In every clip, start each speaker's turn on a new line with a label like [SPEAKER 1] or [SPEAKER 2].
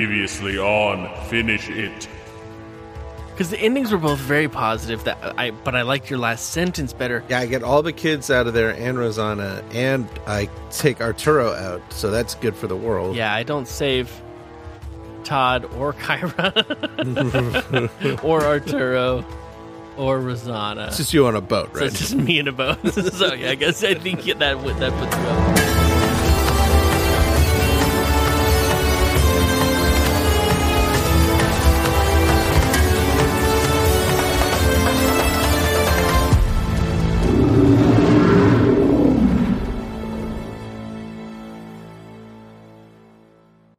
[SPEAKER 1] Previously on Finish It.
[SPEAKER 2] Because the endings were both very positive. That I, but I liked your last sentence better.
[SPEAKER 3] Yeah, I get all the kids out of there and Rosanna, and I take Arturo out, so that's good for the world.
[SPEAKER 2] Yeah, I don't save Todd or Kyra or Arturo or Rosanna.
[SPEAKER 3] It's just you on a boat,
[SPEAKER 2] So
[SPEAKER 3] right?
[SPEAKER 2] it's just me and a bone. so yeah, I guess I think that that puts you up.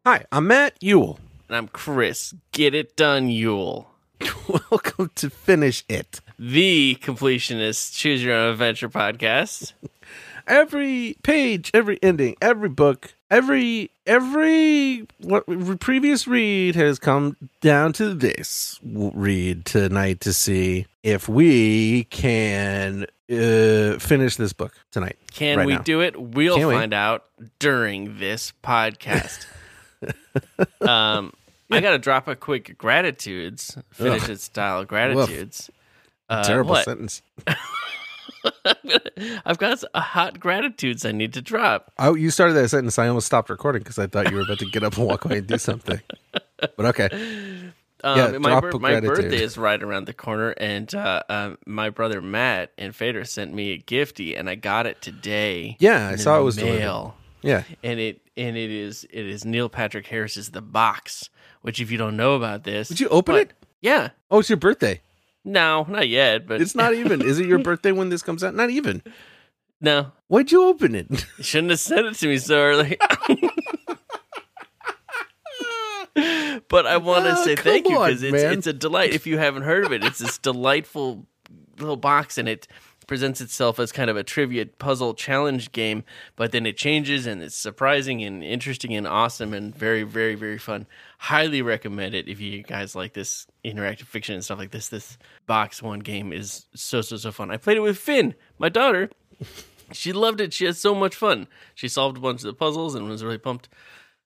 [SPEAKER 3] Hi, I'm Matt Ewell.
[SPEAKER 2] And I'm Chris. Get it done, Yule.
[SPEAKER 3] Welcome to Finish It.
[SPEAKER 2] The completionist choose your own adventure podcast.
[SPEAKER 3] Every page, every ending, every book, every every what previous read has come down to this w- read tonight to see if we can uh, finish this book tonight.
[SPEAKER 2] Can
[SPEAKER 3] Right
[SPEAKER 2] we
[SPEAKER 3] now.
[SPEAKER 2] do it? We'll
[SPEAKER 3] Can we?
[SPEAKER 2] find out during this podcast. um, I got to drop a quick gratitudes, finish it style gratitudes. Uh,
[SPEAKER 3] Terrible
[SPEAKER 2] what?
[SPEAKER 3] sentence.
[SPEAKER 2] I've got a hot gratitudes I need to drop.
[SPEAKER 3] Oh, you started that sentence. I almost stopped recording because I thought you were about to get up and walk away and do something. But okay,
[SPEAKER 2] Um,
[SPEAKER 3] Yeah,
[SPEAKER 2] my
[SPEAKER 3] drop
[SPEAKER 2] bir-
[SPEAKER 3] a
[SPEAKER 2] my
[SPEAKER 3] gratitude.
[SPEAKER 2] birthday is right around the corner, and uh, um, my brother Matt and Fader sent me a gifty, and I got it today.
[SPEAKER 3] Yeah, I
[SPEAKER 2] in
[SPEAKER 3] saw it
[SPEAKER 2] the
[SPEAKER 3] was delivered.
[SPEAKER 2] mail.
[SPEAKER 3] yeah,
[SPEAKER 2] and it and it is it is Neil Patrick Harris's The Box, which if you don't know about this,
[SPEAKER 3] Did you open
[SPEAKER 2] but-
[SPEAKER 3] it?
[SPEAKER 2] Yeah,
[SPEAKER 3] Oh, it's your birthday.
[SPEAKER 2] no, not yet, but
[SPEAKER 3] It's not even. Is it your birthday when this comes out? Not even.
[SPEAKER 2] No,
[SPEAKER 3] Why'd you open it?
[SPEAKER 2] you shouldn't have sent it to me so early. but I want to
[SPEAKER 3] Oh,
[SPEAKER 2] say
[SPEAKER 3] come
[SPEAKER 2] thank you
[SPEAKER 3] on,
[SPEAKER 2] because it's
[SPEAKER 3] man.
[SPEAKER 2] it's a delight. If you haven't heard of it, it's this delightful little box, and it presents itself as kind of a trivia puzzle challenge game. But then it changes, and it's surprising and interesting and awesome and very very very fun. Highly recommend it if you guys like this interactive fiction and stuff like this. This box one game is so so so fun. I played it with Finn, my daughter. She loved it. She had so much fun. She solved a bunch of the puzzles and was really pumped.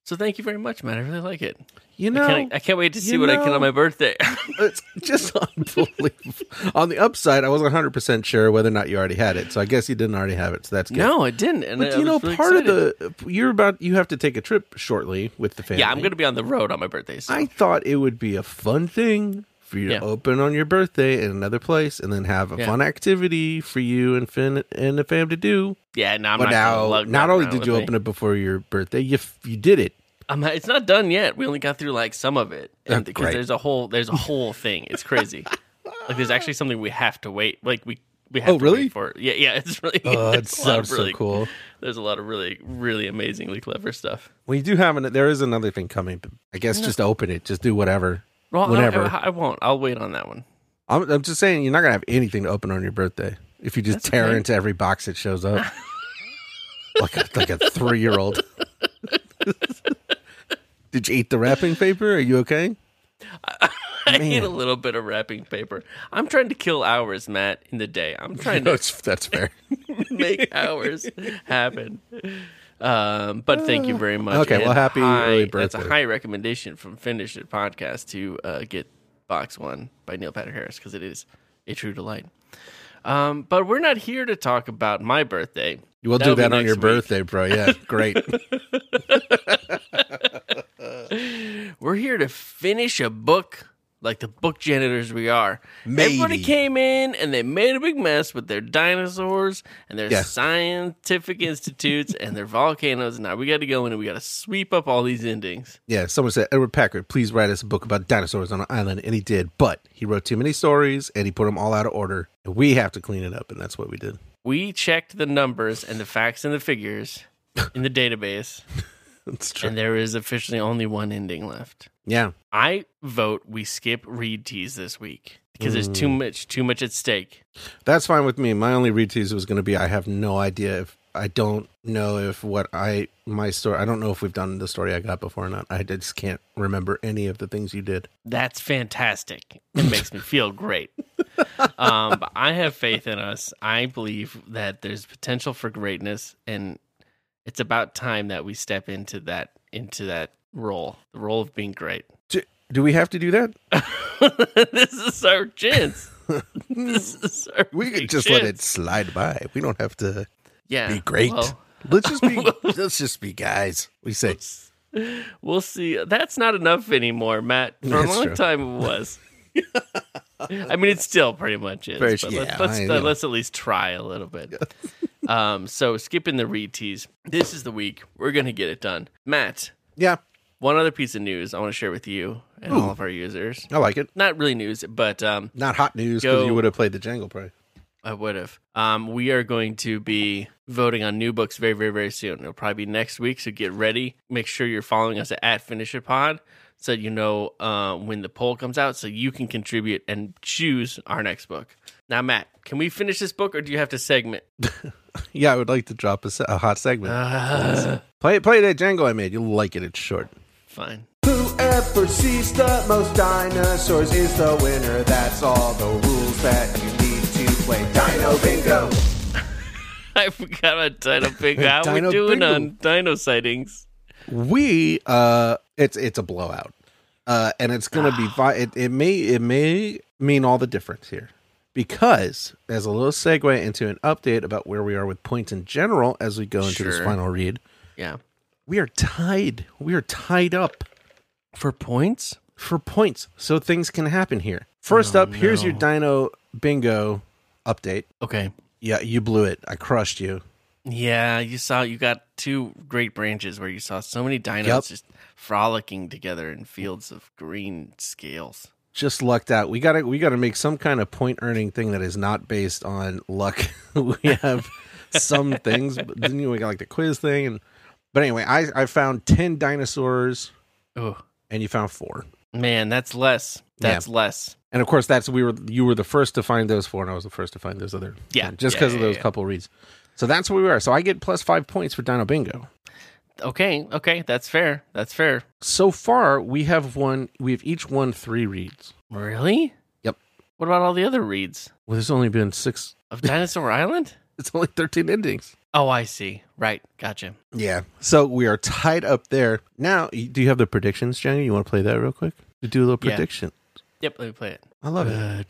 [SPEAKER 2] So thank you very much, man. I really like it.
[SPEAKER 3] You know,
[SPEAKER 2] I can't, I can't wait to see
[SPEAKER 3] you
[SPEAKER 2] what I can
[SPEAKER 3] know-
[SPEAKER 2] on my birthday.
[SPEAKER 3] it's just unbelievable. On the upside, I wasn't 100 percent sure whether or not you already had it, so I guess you didn't already have it. So that's good.
[SPEAKER 2] no, I didn't. And
[SPEAKER 3] but
[SPEAKER 2] I was
[SPEAKER 3] you know,
[SPEAKER 2] really
[SPEAKER 3] part
[SPEAKER 2] excited.
[SPEAKER 3] of the you're about you have to take a trip shortly with the family.
[SPEAKER 2] yeah, I'm going to be on the road on my birthday. So.
[SPEAKER 3] I thought it would be a fun thing for you
[SPEAKER 2] Yeah.
[SPEAKER 3] to open on your birthday in another place and then have a
[SPEAKER 2] Yeah.
[SPEAKER 3] fun activity for you and Finn and the fam to do.
[SPEAKER 2] yeah, no, I'm
[SPEAKER 3] But
[SPEAKER 2] not gonna
[SPEAKER 3] now,
[SPEAKER 2] lug
[SPEAKER 3] not
[SPEAKER 2] that
[SPEAKER 3] only
[SPEAKER 2] around
[SPEAKER 3] did
[SPEAKER 2] with
[SPEAKER 3] you
[SPEAKER 2] me.
[SPEAKER 3] open it before your birthday, you f- you did it.
[SPEAKER 2] I'm not- it's not done yet. We only got through like some of it, and
[SPEAKER 3] Oh,
[SPEAKER 2] because
[SPEAKER 3] great.
[SPEAKER 2] there's a whole there's a whole thing. It's crazy. like there's actually something we have to wait. Like we we have
[SPEAKER 3] Oh,
[SPEAKER 2] to
[SPEAKER 3] really?
[SPEAKER 2] wait for. It. Yeah, yeah. It's really.
[SPEAKER 3] Oh, it
[SPEAKER 2] it's a lot of
[SPEAKER 3] sounds so
[SPEAKER 2] really-
[SPEAKER 3] cool.
[SPEAKER 2] There's a lot of really really amazingly clever stuff.
[SPEAKER 3] We do have an. There is another thing coming. But I guess just open it. Just do whatever.
[SPEAKER 2] Well, I-
[SPEAKER 3] Whenever.
[SPEAKER 2] I, I won't. I'll wait on that one.
[SPEAKER 3] I'm, I'm just saying, you're not gonna have anything to open on your birthday if you just tear
[SPEAKER 2] okay.
[SPEAKER 3] into every box that shows up, like a, like a three year old. Did you eat the wrapping paper? Are you okay?
[SPEAKER 2] I need
[SPEAKER 3] Man.
[SPEAKER 2] a little bit of wrapping paper. I'm trying to kill hours, Matt, in the day. I'm trying to
[SPEAKER 3] That's that's fair.
[SPEAKER 2] make hours happen. Um, but thank you very much.
[SPEAKER 3] Okay, well,
[SPEAKER 2] And
[SPEAKER 3] happy
[SPEAKER 2] high,
[SPEAKER 3] early
[SPEAKER 2] That's a
[SPEAKER 3] birthday.
[SPEAKER 2] high recommendation from Finish It Podcast to uh, get Box One by Neil Patrick Harris because it is a true delight. Um, but we're not here to talk about my birthday.
[SPEAKER 3] We'll
[SPEAKER 2] That'll be
[SPEAKER 3] do that on
[SPEAKER 2] next
[SPEAKER 3] your
[SPEAKER 2] week.
[SPEAKER 3] birthday, bro. Yeah, great.
[SPEAKER 2] We're here to finish a book like the book janitors we are. Everybody
[SPEAKER 3] Matey.
[SPEAKER 2] came in and they made a big mess with their dinosaurs and their
[SPEAKER 3] Yes.
[SPEAKER 2] scientific institutes and their volcanoes. Now we got to go in and we got to sweep up all these endings.
[SPEAKER 3] yeah, someone said Edward Packard, please write us a book about dinosaurs on an island, and he did, but he wrote too many stories and he put them all out of order. And we have to clean it up, and that's what we did.
[SPEAKER 2] We checked the numbers and the facts and the figures in the database,
[SPEAKER 3] That's true.
[SPEAKER 2] and there is officially only one ending left.
[SPEAKER 3] yeah,
[SPEAKER 2] I vote we skip read teas this week because there's too much, too much at stake.
[SPEAKER 3] that's fine with me. My only retease was going to be I have no idea if I don't know if what I my story. I don't know if we've done the story I got before or not. I just can't remember any of the things you did.
[SPEAKER 2] That's fantastic. It makes me feel great. Um, but I have faith in us. I believe that there's potential for greatness, and it's about time that we step into that into that role, the role of being great.
[SPEAKER 3] Do, do we have to do that?
[SPEAKER 2] this is our chance. this is our
[SPEAKER 3] We
[SPEAKER 2] big
[SPEAKER 3] could just let
[SPEAKER 2] chance.
[SPEAKER 3] it slide by. We don't have to
[SPEAKER 2] yeah,
[SPEAKER 3] be great.
[SPEAKER 2] well,
[SPEAKER 3] let's just be. let's just be guys. We say
[SPEAKER 2] we'll see. That's not enough anymore, Matt. For a
[SPEAKER 3] That's
[SPEAKER 2] long
[SPEAKER 3] true.
[SPEAKER 2] time, it was. I mean, it still pretty much is.
[SPEAKER 3] Very-
[SPEAKER 2] but
[SPEAKER 3] yeah,
[SPEAKER 2] let's let's,
[SPEAKER 3] I
[SPEAKER 2] uh,
[SPEAKER 3] know.
[SPEAKER 2] let's at least try a little bit. um, so skipping the read tease. This is the week we're gonna get it done, Matt.
[SPEAKER 3] yeah.
[SPEAKER 2] One other piece of news I want to share with you and all of our users.
[SPEAKER 3] I like it.
[SPEAKER 2] Not really news, but um,
[SPEAKER 3] Not hot news because
[SPEAKER 2] Go.
[SPEAKER 3] you would have played the Django probably.
[SPEAKER 2] I would have. Um, we are going to be voting on new books very, very, very soon. It'll probably be next week, so get ready. Make sure you're following us at Finish It Pod so you know uh, when the poll comes out so you can contribute and choose our next book. Now, Matt, can we finish this book or do you have to segment?
[SPEAKER 3] Yeah, I would like to drop a, se- a hot segment.
[SPEAKER 2] Uh,
[SPEAKER 3] play play that Django I made. You'll like it. It's short.
[SPEAKER 2] fine.
[SPEAKER 4] Whoever sees the most dinosaurs is the winner. That's all the rules that you need to play. Dino Bingo!
[SPEAKER 2] I forgot about Dino Bingo. How we
[SPEAKER 3] Dino
[SPEAKER 2] doing
[SPEAKER 3] Bingo.
[SPEAKER 2] on dino sightings?
[SPEAKER 3] we uh it's it's a blowout uh and it's gonna be vi- it, it may it may mean all the difference here because as a little segue into an update about where we are with points in general as we go into this
[SPEAKER 2] Sure.
[SPEAKER 3] final read
[SPEAKER 2] Yeah.
[SPEAKER 3] we are tied we are tied up
[SPEAKER 2] For points?
[SPEAKER 3] for points so things can happen here first up here's your dino bingo update
[SPEAKER 2] Okay.
[SPEAKER 3] yeah you blew it i crushed you
[SPEAKER 2] Yeah, you saw you got two great branches where you saw so many dinos
[SPEAKER 3] Yep.
[SPEAKER 2] just frolicking together in fields of green scales.
[SPEAKER 3] just lucked out. We gotta we gotta make some kind of point earning thing that is not based on luck. we have some things, but then you know, we got like the quiz thing and but anyway, I, I found ten dinosaurs
[SPEAKER 2] Oh
[SPEAKER 3] and you found four.
[SPEAKER 2] man, that's less.
[SPEAKER 3] Yeah.
[SPEAKER 2] That's less.
[SPEAKER 3] And of course that's we were you were the first to find those four and I was the first to find those other
[SPEAKER 2] Yeah.
[SPEAKER 3] 10, just
[SPEAKER 2] Yeah,
[SPEAKER 3] because
[SPEAKER 2] yeah,
[SPEAKER 3] of those
[SPEAKER 2] yeah.
[SPEAKER 3] couple reads. So that's where we are. So I get plus five points for Dino Bingo.
[SPEAKER 2] Okay, okay, that's fair. That's fair.
[SPEAKER 3] So far we have won we've each won three reads.
[SPEAKER 2] Really?
[SPEAKER 3] Yep.
[SPEAKER 2] What about all the other reads
[SPEAKER 3] Well there's only been six
[SPEAKER 2] of Dinosaur Island?
[SPEAKER 3] it's only thirteen endings.
[SPEAKER 2] Oh, I see. Right, gotcha.
[SPEAKER 3] Yeah. So we are tied up there. Now, y- do you have the predictions, Jenny? You want to play that real quick? To do a little
[SPEAKER 2] Yeah.
[SPEAKER 3] prediction.
[SPEAKER 2] Yep, let me play it.
[SPEAKER 3] I love it.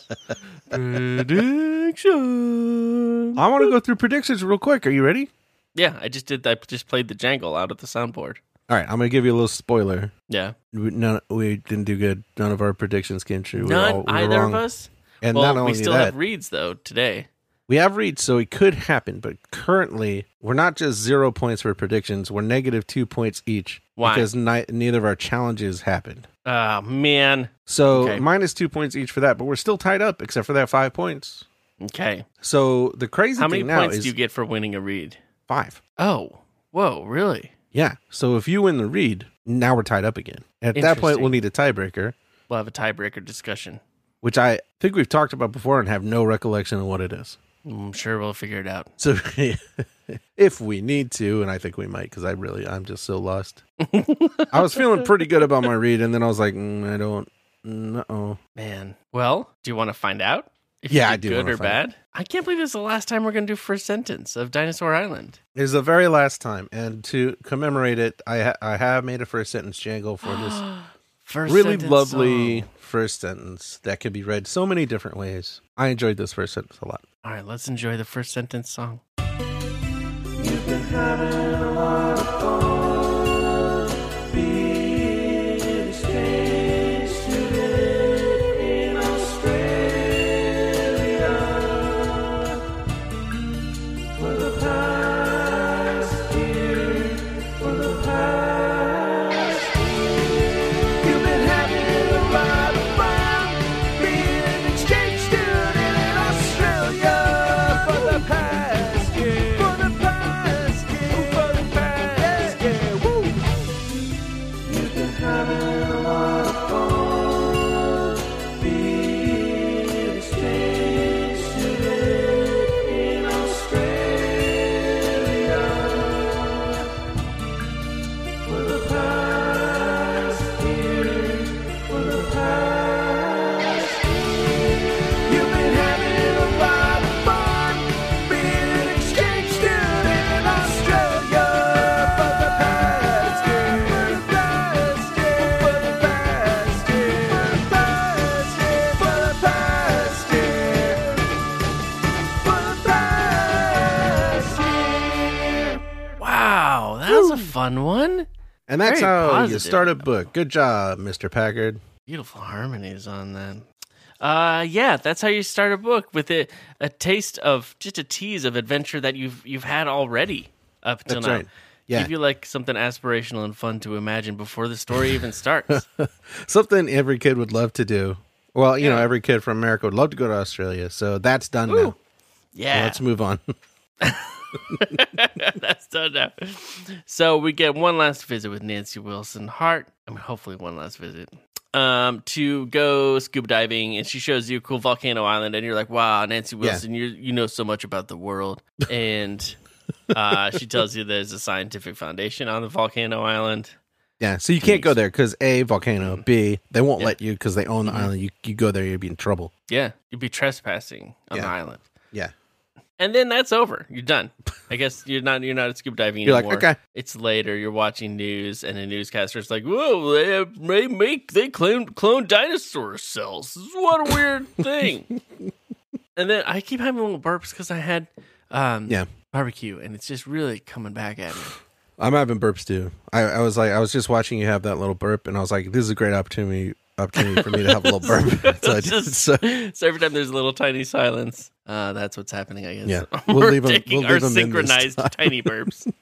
[SPEAKER 2] Predictions. Predictions.
[SPEAKER 3] I want to go through predictions real quick. Are you ready?
[SPEAKER 2] Yeah, I just did. I just played the jangle out of the soundboard.
[SPEAKER 3] All right. I'm going to give you a little spoiler.
[SPEAKER 2] Yeah.
[SPEAKER 3] We, none, we didn't do good. None of our predictions came true. We were
[SPEAKER 2] None,
[SPEAKER 3] all- we were
[SPEAKER 2] either
[SPEAKER 3] wrong.
[SPEAKER 2] of us.
[SPEAKER 3] And
[SPEAKER 2] well,
[SPEAKER 3] not only
[SPEAKER 2] we still
[SPEAKER 3] that,
[SPEAKER 2] have reads though today.
[SPEAKER 3] we have reads, so it could happen. But currently, we're not just zero points for predictions. We're negative two points each.
[SPEAKER 2] Why?
[SPEAKER 3] Because ni- neither of our challenges happened.
[SPEAKER 2] Oh man.
[SPEAKER 3] So
[SPEAKER 2] Okay.
[SPEAKER 3] minus two points each for that, but we're still tied up except for that five points.
[SPEAKER 2] Okay.
[SPEAKER 3] So the crazy
[SPEAKER 2] How many
[SPEAKER 3] thing now
[SPEAKER 2] points
[SPEAKER 3] is
[SPEAKER 2] do you get for winning a read?
[SPEAKER 3] five.
[SPEAKER 2] Oh, whoa, really?
[SPEAKER 3] Yeah. So if you win the read, now we're tied up again. At that point,
[SPEAKER 2] Interesting.
[SPEAKER 3] we'll need a tiebreaker,
[SPEAKER 2] We'll have a tiebreaker discussion.
[SPEAKER 3] which I think we've talked about before and have no recollection of what it is.
[SPEAKER 2] I'm sure we'll figure it out.
[SPEAKER 3] So if we need to, and I think we might, because I really, I'm just so lost. I was feeling pretty good about my read, and then I was like, mm, I don't. No, oh,
[SPEAKER 2] Man. Well, do you want to find out? If
[SPEAKER 3] Yeah,
[SPEAKER 2] you
[SPEAKER 3] I
[SPEAKER 2] did
[SPEAKER 3] do
[SPEAKER 2] Good
[SPEAKER 3] wanna
[SPEAKER 2] or
[SPEAKER 3] find
[SPEAKER 2] bad? I can't believe this is the last time we're going to do first sentence of Dinosaur Island.
[SPEAKER 3] is the very last time, and to commemorate it, I ha- I have made a first sentence jangle for this
[SPEAKER 2] First
[SPEAKER 3] really
[SPEAKER 2] sentence
[SPEAKER 3] lovely
[SPEAKER 2] song.
[SPEAKER 3] first sentence that can be read so many different ways. I enjoyed this first sentence a lot.
[SPEAKER 2] All right, let's enjoy the first sentence song.
[SPEAKER 4] You've been having a lot of fun being an exchange student in Australia for the past year. For the past year. For the past year. Woo. You've been having a lot of fun being an exchange student in Australia for the past You've been having a lot of fun being an exchange student in Australia for
[SPEAKER 2] on one.
[SPEAKER 3] And that's
[SPEAKER 2] Very
[SPEAKER 3] how you
[SPEAKER 2] positive.
[SPEAKER 3] start a book. Good job, Mr. Packard.
[SPEAKER 2] Beautiful harmonies on that. Uh, yeah, that's how you start a book with a, a taste of just a tease of adventure that you've you've had already up till
[SPEAKER 3] That's
[SPEAKER 2] now.
[SPEAKER 3] right. Yeah.
[SPEAKER 2] Give you like something aspirational and fun to imagine before the story even starts.
[SPEAKER 3] Something every kid would love to do. Well, you know, every kid from America would love to go to Australia. So that's done now.
[SPEAKER 2] Yeah,
[SPEAKER 3] Let's move on.
[SPEAKER 2] that's done now. So we get one last visit with Nancy Wilson Hart. I mean, hopefully one last visit. Um, to go scuba diving, and she shows you a cool volcano island, and you're like, "Wow, Nancy Wilson, you you know so much about the world." And uh, she tells you there's a scientific foundation on the volcano island.
[SPEAKER 3] yeah. So you can't go there because A, volcano. B, they won't
[SPEAKER 2] Mm-hmm. Yeah. Mm-hmm.
[SPEAKER 3] let you because they own the island. You, you go there, you'd be in trouble.
[SPEAKER 2] Yeah, you'd be trespassing on the
[SPEAKER 3] Yeah.
[SPEAKER 2] island,
[SPEAKER 3] Yeah.
[SPEAKER 2] and then that's over. You're done. I guess you're not you're not scuba diving
[SPEAKER 3] You're like,
[SPEAKER 2] anymore.
[SPEAKER 3] okay.
[SPEAKER 2] It's later. You're watching news, and a newscaster's like, "Whoa, they they make they clone clone dinosaur cells. This is what a weird thing." and then I keep having little burps because I had um,
[SPEAKER 3] Yeah.
[SPEAKER 2] barbecue, and it's just really coming back at me.
[SPEAKER 3] I'm having burps too. I, I was like, I was just watching you have that little burp, and I was like, this is a great opportunity opportunity for me to have a little burp. so I did.
[SPEAKER 2] Just-
[SPEAKER 3] So
[SPEAKER 2] So every time there's a little tiny silence, uh, that's what's happening. I guess.
[SPEAKER 3] Yeah.
[SPEAKER 2] we're
[SPEAKER 3] We'll leave 'em-
[SPEAKER 2] taking
[SPEAKER 3] we'll leave 'em
[SPEAKER 2] our
[SPEAKER 3] in this
[SPEAKER 2] synchronized
[SPEAKER 3] time.
[SPEAKER 2] tiny burps.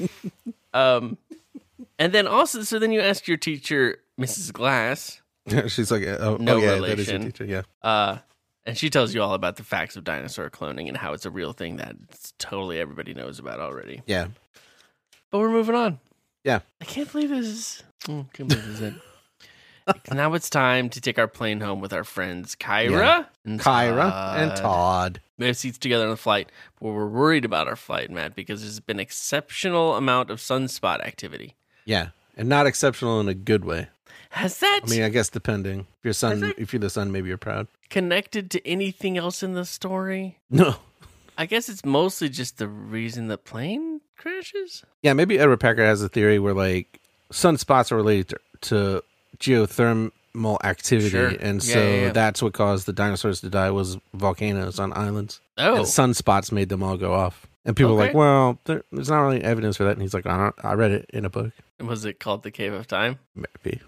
[SPEAKER 2] um, and then also, so then you ask your teacher, Mrs. Glass,
[SPEAKER 3] she's like, oh,
[SPEAKER 2] No
[SPEAKER 3] oh, yeah, that is your
[SPEAKER 2] relation.
[SPEAKER 3] teacher. Yeah.
[SPEAKER 2] uh, and she tells you all about the facts of dinosaur cloning and how it's a real thing that it's totally everybody knows about already.
[SPEAKER 3] Yeah.
[SPEAKER 2] But we're moving on.
[SPEAKER 3] Yeah.
[SPEAKER 2] I can't believe this is. mm, can't believe this is it. now it's time to take our plane home with our friends Kyra
[SPEAKER 3] Yeah.
[SPEAKER 2] and
[SPEAKER 3] Kyra and Todd.
[SPEAKER 2] We have seats together on the flight, but we're worried about our flight, Matt, because there's been exceptional amount of sunspot activity.
[SPEAKER 3] Yeah. And not exceptional in a good way.
[SPEAKER 2] Has that
[SPEAKER 3] I mean, I guess depending. If you're son, if you're the son, maybe you're proud.
[SPEAKER 2] connected to anything else in the story?
[SPEAKER 3] No.
[SPEAKER 2] I guess it's mostly just the reason the plane crashes.
[SPEAKER 3] Yeah, maybe Edward Packard has a theory where like sunspots are related to, to geothermal activity,
[SPEAKER 2] Sure.
[SPEAKER 3] and
[SPEAKER 2] Yeah,
[SPEAKER 3] so
[SPEAKER 2] yeah, yeah.
[SPEAKER 3] that's what caused the dinosaurs to die was volcanoes on islands.
[SPEAKER 2] Oh,
[SPEAKER 3] And sunspots made them all go off. And people were
[SPEAKER 2] Okay.
[SPEAKER 3] like, well, there, there's not really evidence for that. And he's like, I, don't, I read it in a book.
[SPEAKER 2] was it called the Cave of Time?
[SPEAKER 3] Maybe.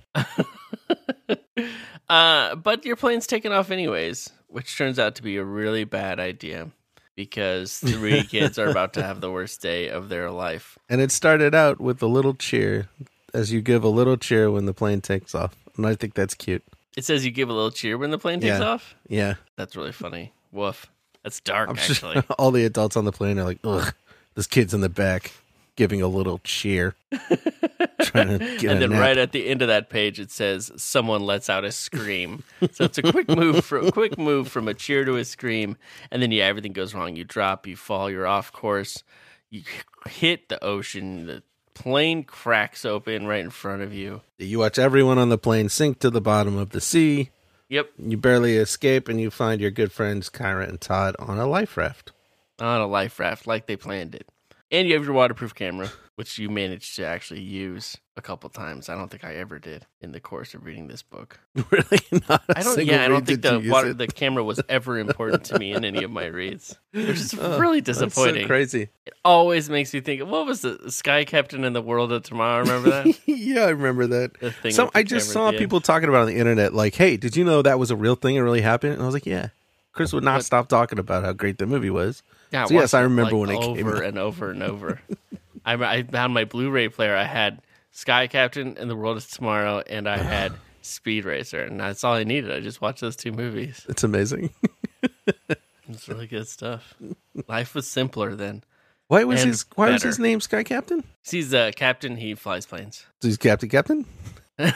[SPEAKER 2] uh, but your plane's taken off anyways, which turns out to be a really bad idea because three kids are about to have the worst day of their life.
[SPEAKER 3] And it started out with a little cheer, as you give a little cheer when the plane takes off. And I think that's cute.
[SPEAKER 2] It says you give a little cheer when the plane takes
[SPEAKER 3] Yeah.
[SPEAKER 2] off.
[SPEAKER 3] Yeah.
[SPEAKER 2] That's really funny. Woof. That's dark,
[SPEAKER 3] I'm
[SPEAKER 2] actually.
[SPEAKER 3] sure Oh, all the adults on the plane are like, ugh, this kid's in the back giving a little cheer. trying to get
[SPEAKER 2] and
[SPEAKER 3] a
[SPEAKER 2] then
[SPEAKER 3] nap.
[SPEAKER 2] right at the end of that page, it says someone lets out a scream. so it's a quick move from quick move from a cheer to a scream, and then yeah, everything goes wrong. You drop, you fall, you're off course, you hit the ocean, the plane cracks open right in front of you.
[SPEAKER 3] You watch everyone on the plane sink to the bottom of the sea.
[SPEAKER 2] Yep,
[SPEAKER 3] You barely escape, and you find your good friends Kyra and Todd on a life raft.
[SPEAKER 2] on a life raft like they planned it. And you have your waterproof camera, which you managed to actually use a couple times. I don't think I ever did in the course of reading this book.
[SPEAKER 3] really not. a
[SPEAKER 2] I don't.
[SPEAKER 3] single
[SPEAKER 2] Yeah, I don't
[SPEAKER 3] read
[SPEAKER 2] think
[SPEAKER 3] did
[SPEAKER 2] the
[SPEAKER 3] you use
[SPEAKER 2] water,
[SPEAKER 3] it.
[SPEAKER 2] the camera was ever important to me in any of my reads, which is
[SPEAKER 3] Oh,
[SPEAKER 2] really
[SPEAKER 3] That's
[SPEAKER 2] disappointing.
[SPEAKER 3] So crazy.
[SPEAKER 2] It always makes me think. What was the Sky Captain in the World of Tomorrow? Remember that?
[SPEAKER 3] yeah, I remember that.
[SPEAKER 2] The thing
[SPEAKER 3] Some
[SPEAKER 2] with the
[SPEAKER 3] I just
[SPEAKER 2] camera
[SPEAKER 3] saw
[SPEAKER 2] at the end.
[SPEAKER 3] people talking about it on the internet, like, "Hey, did you know that was a real thing? It really happened." And I was like, "Yeah." Chris would not stop talking about how great the movie was.
[SPEAKER 2] Yeah,
[SPEAKER 3] So, yes,
[SPEAKER 2] watched
[SPEAKER 3] I remember
[SPEAKER 2] like,
[SPEAKER 3] when it
[SPEAKER 2] over
[SPEAKER 3] came out.
[SPEAKER 2] and over and over. I, I found my Blu-ray player. I had Sky Captain and the World of Tomorrow, and I had Speed Racer, and that's all I needed. I just watched those two movies.
[SPEAKER 3] It's amazing.
[SPEAKER 2] It's really good stuff. Life was simpler then.
[SPEAKER 3] Why was
[SPEAKER 2] And
[SPEAKER 3] his Why was
[SPEAKER 2] better.
[SPEAKER 3] his name Sky Captain?
[SPEAKER 2] He's a uh, captain. He flies planes.
[SPEAKER 3] So he's Captain Captain.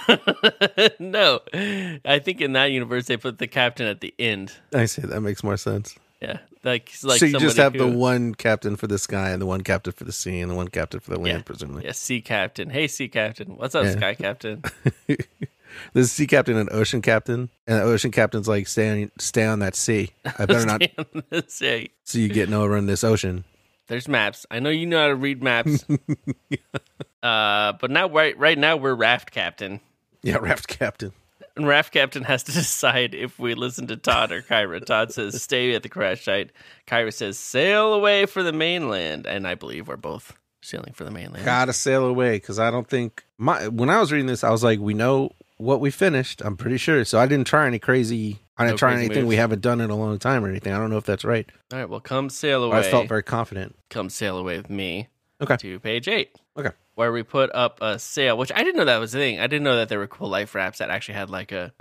[SPEAKER 2] no, I think in that universe they put the captain at the end.
[SPEAKER 3] I see. That makes more sense.
[SPEAKER 2] Yeah, like like
[SPEAKER 3] so you just
[SPEAKER 2] somebody
[SPEAKER 3] have the
[SPEAKER 2] who-
[SPEAKER 3] one captain for the sky and the one captain for the sea and the one captain for the land, presumably.
[SPEAKER 2] yeah sea captain. Hey, sea captain, what's up,
[SPEAKER 3] Yeah.
[SPEAKER 2] sky captain?
[SPEAKER 3] There's a sea captain and an ocean captain, and the ocean captain's like, "Stay on, stay on that sea. I better not
[SPEAKER 2] Damn, let's see.
[SPEAKER 3] see you getting over in this ocean."
[SPEAKER 2] There's maps. I know you know how to read maps. uh, but now right right now we're raft captain,
[SPEAKER 3] Yeah, raft captain.
[SPEAKER 2] and raft captain has to decide if we listen to Todd or Kyra. Todd says stay at the crash site. Kyra says sail away for the mainland, and I believe we're both sailing for the mainland.
[SPEAKER 3] Gotta sail away because I don't think my when I was reading this, I was like, we know what we finished. I'm pretty sure. So I didn't try any crazy. I didn't
[SPEAKER 2] No
[SPEAKER 3] try
[SPEAKER 2] crazy
[SPEAKER 3] anything we
[SPEAKER 2] moves.
[SPEAKER 3] haven't done in a long time or anything. I don't know if that's right.
[SPEAKER 2] All right, well, come sail away.
[SPEAKER 3] I felt very confident.
[SPEAKER 2] come sail away with me.
[SPEAKER 3] Okay.
[SPEAKER 2] To page eight.
[SPEAKER 3] Okay.
[SPEAKER 2] Where we put up a sail, which I didn't know that was a thing. I didn't know that there were cool life wraps that actually had like a,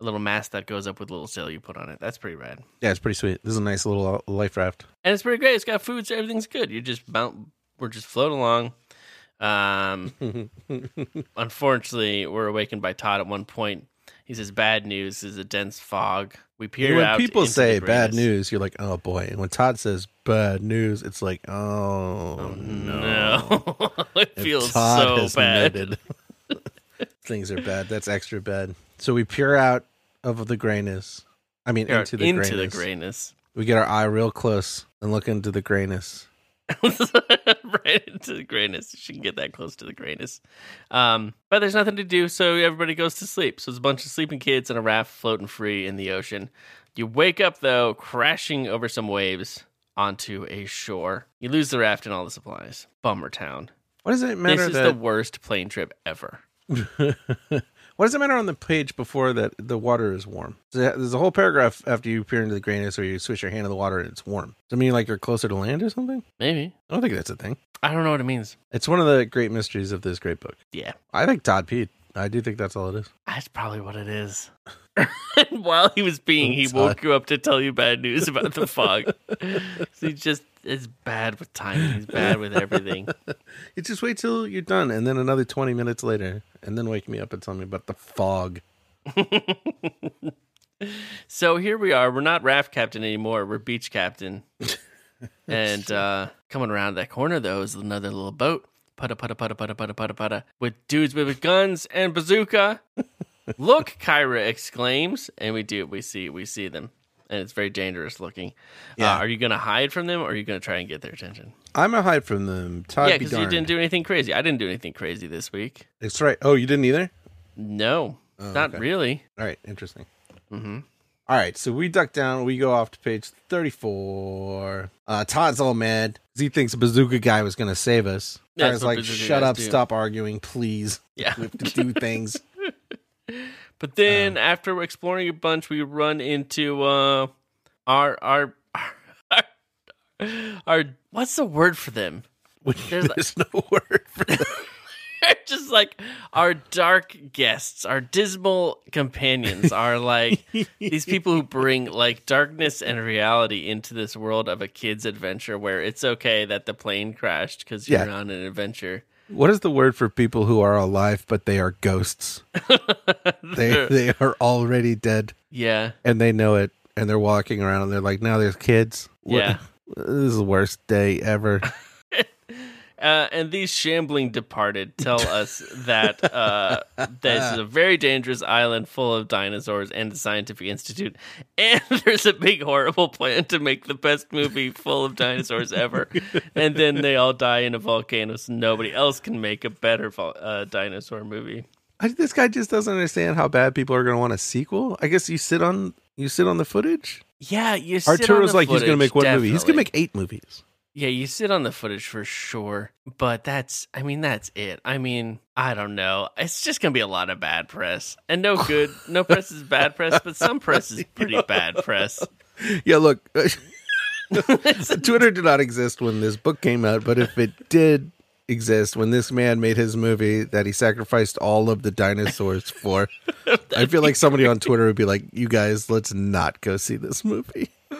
[SPEAKER 2] a little mast that goes up with a little sail you put on it. That's pretty rad.
[SPEAKER 3] Yeah, it's pretty sweet. This is a nice little uh, life raft.
[SPEAKER 2] And it's pretty great. It's got food, so everything's good. You just mount, we're just floating along. Um, unfortunately, we're awakened by Todd at one point. He says, "Bad news this is a dense fog." We peer
[SPEAKER 3] when
[SPEAKER 2] out.
[SPEAKER 3] people
[SPEAKER 2] into
[SPEAKER 3] say
[SPEAKER 2] the
[SPEAKER 3] bad
[SPEAKER 2] grayness.
[SPEAKER 3] news, you're like, oh boy. And when Todd says bad news, it's like, oh,
[SPEAKER 2] no, it
[SPEAKER 3] If
[SPEAKER 2] feels
[SPEAKER 3] Todd
[SPEAKER 2] so
[SPEAKER 3] has
[SPEAKER 2] bad.
[SPEAKER 3] noted, things are bad. That's extra bad. So we peer out of the grayness. I mean,
[SPEAKER 2] Peer out
[SPEAKER 3] into the
[SPEAKER 2] into the
[SPEAKER 3] grayness.
[SPEAKER 2] grayness.
[SPEAKER 3] We get our eye real close and look into the grayness.
[SPEAKER 2] right into the grayness. You shouldn't get that close to the grayness. Um, but there's nothing to do, so everybody goes to sleep. So it's a bunch of sleeping kids in a raft floating free in the ocean. You wake up though, crashing over some waves onto a shore. You lose the raft and all the supplies. Bummer town.
[SPEAKER 3] What does it matter
[SPEAKER 2] this is the
[SPEAKER 3] that?
[SPEAKER 2] worst plane trip ever.
[SPEAKER 3] what does it matter on the page before that the water is warm? There- There's a whole paragraph after you peer into the grayness where you swish your hand in the water and it's warm. Does it mean like you're closer to land or something?
[SPEAKER 2] Maybe.
[SPEAKER 3] I don't think that's a thing.
[SPEAKER 2] I don't know what it means.
[SPEAKER 3] It's one of the great mysteries of this great book.
[SPEAKER 2] Yeah.
[SPEAKER 3] I think Todd Pete. I do think that's all it is.
[SPEAKER 2] That's probably what it is. and while he was being, he
[SPEAKER 3] It's
[SPEAKER 2] woke you up to tell you bad news about the fog. so he just is bad with timing. He's bad with everything.
[SPEAKER 3] You just wait till you're done, and then another 20 minutes later, and then wake me up and tell me about the fog.
[SPEAKER 2] So here we are. We're not raft captain anymore. We're beach captain. and uh, coming around that corner, though, is another little boat. Putta, putta, putta, putta, putta, putta, putta, with dudes with guns and bazooka. Look, Kyra exclaims. And we do. We see, we see them. And it's very dangerous looking.
[SPEAKER 3] Yeah.
[SPEAKER 2] Uh, are you going to hide from them or are you going to try and get their attention?
[SPEAKER 3] I'm a hide from them. Todd
[SPEAKER 2] yeah,
[SPEAKER 3] be
[SPEAKER 2] because you
[SPEAKER 3] darned.
[SPEAKER 2] didn't do anything crazy. I didn't do anything crazy this week.
[SPEAKER 3] That's right. Oh, you didn't either?
[SPEAKER 2] No, not
[SPEAKER 3] Oh, okay.
[SPEAKER 2] really.
[SPEAKER 3] All right, interesting. Mm-hmm. right, so we duck down. We go off to page thirty-four. Uh, Todd's all mad 'cause he thinks the bazooka guy was going to save us.
[SPEAKER 2] Yeah,
[SPEAKER 3] I
[SPEAKER 2] that's
[SPEAKER 3] was
[SPEAKER 2] what
[SPEAKER 3] like,
[SPEAKER 2] bazooka
[SPEAKER 3] "Shut
[SPEAKER 2] guys
[SPEAKER 3] up!
[SPEAKER 2] do."
[SPEAKER 3] Stop arguing, please.
[SPEAKER 2] Yeah.
[SPEAKER 3] We have to do things."
[SPEAKER 2] But
[SPEAKER 3] Oh.
[SPEAKER 2] then after we're exploring a bunch, we run into uh, our, our our our what's the word for them?
[SPEAKER 3] Which
[SPEAKER 2] There's
[SPEAKER 3] there's,
[SPEAKER 2] like-
[SPEAKER 3] no word. For that.
[SPEAKER 2] Just like our dark guests, our dismal companions, are like these people who bring like darkness and reality into this world of a kid's adventure, where it's okay that the plane crashed because you're
[SPEAKER 3] Yeah.
[SPEAKER 2] on an adventure.
[SPEAKER 3] What is the word for people who are alive but they are ghosts? they they are already dead
[SPEAKER 2] Yeah,
[SPEAKER 3] and they know it, and they're walking around and they're like, "Now there's kids." What-
[SPEAKER 2] yeah.
[SPEAKER 3] This is the worst day ever.
[SPEAKER 2] Uh, and these shambling departed tell us that uh, this is a very dangerous island full of dinosaurs and a scientific institute. And there's a big, horrible plan to make the best movie full of dinosaurs ever. and then they all die in a volcano, so nobody else can make a better vol- uh, dinosaur movie.
[SPEAKER 3] I, this guy just doesn't understand how bad people are going to want a sequel. I guess you sit on you sit on the footage.
[SPEAKER 2] Yeah, you sit on
[SPEAKER 3] Arturo's
[SPEAKER 2] the
[SPEAKER 3] like he's going to
[SPEAKER 2] footage,
[SPEAKER 3] make one movie. He's going to
[SPEAKER 2] definitely.
[SPEAKER 3] make eight movies.
[SPEAKER 2] Yeah, you sit on the footage for sure, but that's I mean that's it. I mean, I don't know. It's just going to be a lot of bad press. And no good, no press is bad press, but some press is pretty bad press.
[SPEAKER 3] Yeah, look, uh, Twitter did not exist when this book came out, but if it did exist when this man made his movie that he sacrificed all of the dinosaurs for, I feel like somebody on Twitter would be like, "You guys, let's not go see this movie."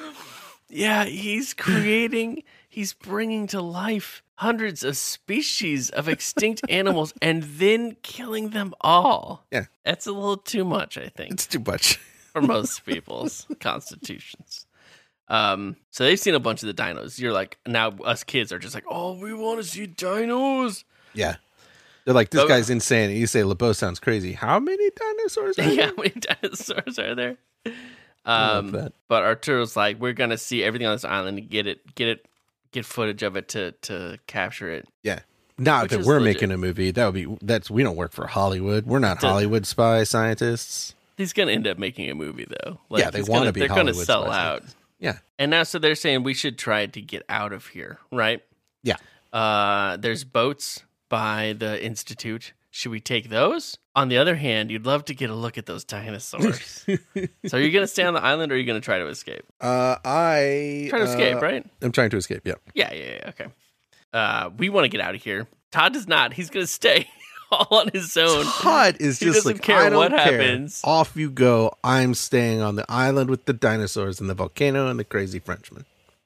[SPEAKER 2] Yeah, he's creating, he's bringing to life hundreds of species of extinct animals and then killing them all.
[SPEAKER 3] Yeah.
[SPEAKER 2] That's a little too much, I think.
[SPEAKER 3] It's too much.
[SPEAKER 2] for most people's constitutions. Um, so they've seen a bunch of the dinos. You're like, now us kids are just like, oh, we want to see dinos.
[SPEAKER 3] Yeah. They're like, this
[SPEAKER 2] Oh.
[SPEAKER 3] guy's insane. And you say LeBeau sounds crazy. How many dinosaurs? Are
[SPEAKER 2] yeah,
[SPEAKER 3] yeah.
[SPEAKER 2] how many dinosaurs are there?
[SPEAKER 3] love
[SPEAKER 2] Um,
[SPEAKER 3] that.
[SPEAKER 2] but Arturo's like, we're gonna see everything on this island and get it, get it, get footage of it to to capture it.
[SPEAKER 3] yeah. Not
[SPEAKER 2] Which
[SPEAKER 3] that
[SPEAKER 2] is
[SPEAKER 3] we're
[SPEAKER 2] legit.
[SPEAKER 3] making a movie. That would be that's we don't work for Hollywood. We're not
[SPEAKER 2] a-
[SPEAKER 3] Hollywood spy scientists.
[SPEAKER 2] He's gonna end up making a movie though.
[SPEAKER 3] Yeah, they
[SPEAKER 2] he's
[SPEAKER 3] wanna
[SPEAKER 2] gonna-
[SPEAKER 3] be
[SPEAKER 2] They're gonna
[SPEAKER 3] Hollywood
[SPEAKER 2] sell
[SPEAKER 3] stars.
[SPEAKER 2] out.
[SPEAKER 3] Yeah.
[SPEAKER 2] And now, so they're saying we should try to get out of here, right?
[SPEAKER 3] Yeah.
[SPEAKER 2] Uh, there's boats by the Institute. Should we take those? On the other hand, you'd love to get a look at those dinosaurs. so are you going to stay on the island or are you going to try to escape?
[SPEAKER 3] Uh, I
[SPEAKER 2] Try to escape,
[SPEAKER 3] uh,
[SPEAKER 2] right?
[SPEAKER 3] I'm trying to escape. Yeah.
[SPEAKER 2] Yeah, yeah, yeah. Okay. Uh, we want to get out of here. Todd does not. He's going to stay all on his own.
[SPEAKER 3] Todd is
[SPEAKER 2] He
[SPEAKER 3] just
[SPEAKER 2] doesn't
[SPEAKER 3] like,
[SPEAKER 2] care
[SPEAKER 3] I don't
[SPEAKER 2] what
[SPEAKER 3] care.
[SPEAKER 2] happens.
[SPEAKER 3] Off you go. I'm staying on the island with the dinosaurs and the volcano and the crazy Frenchman.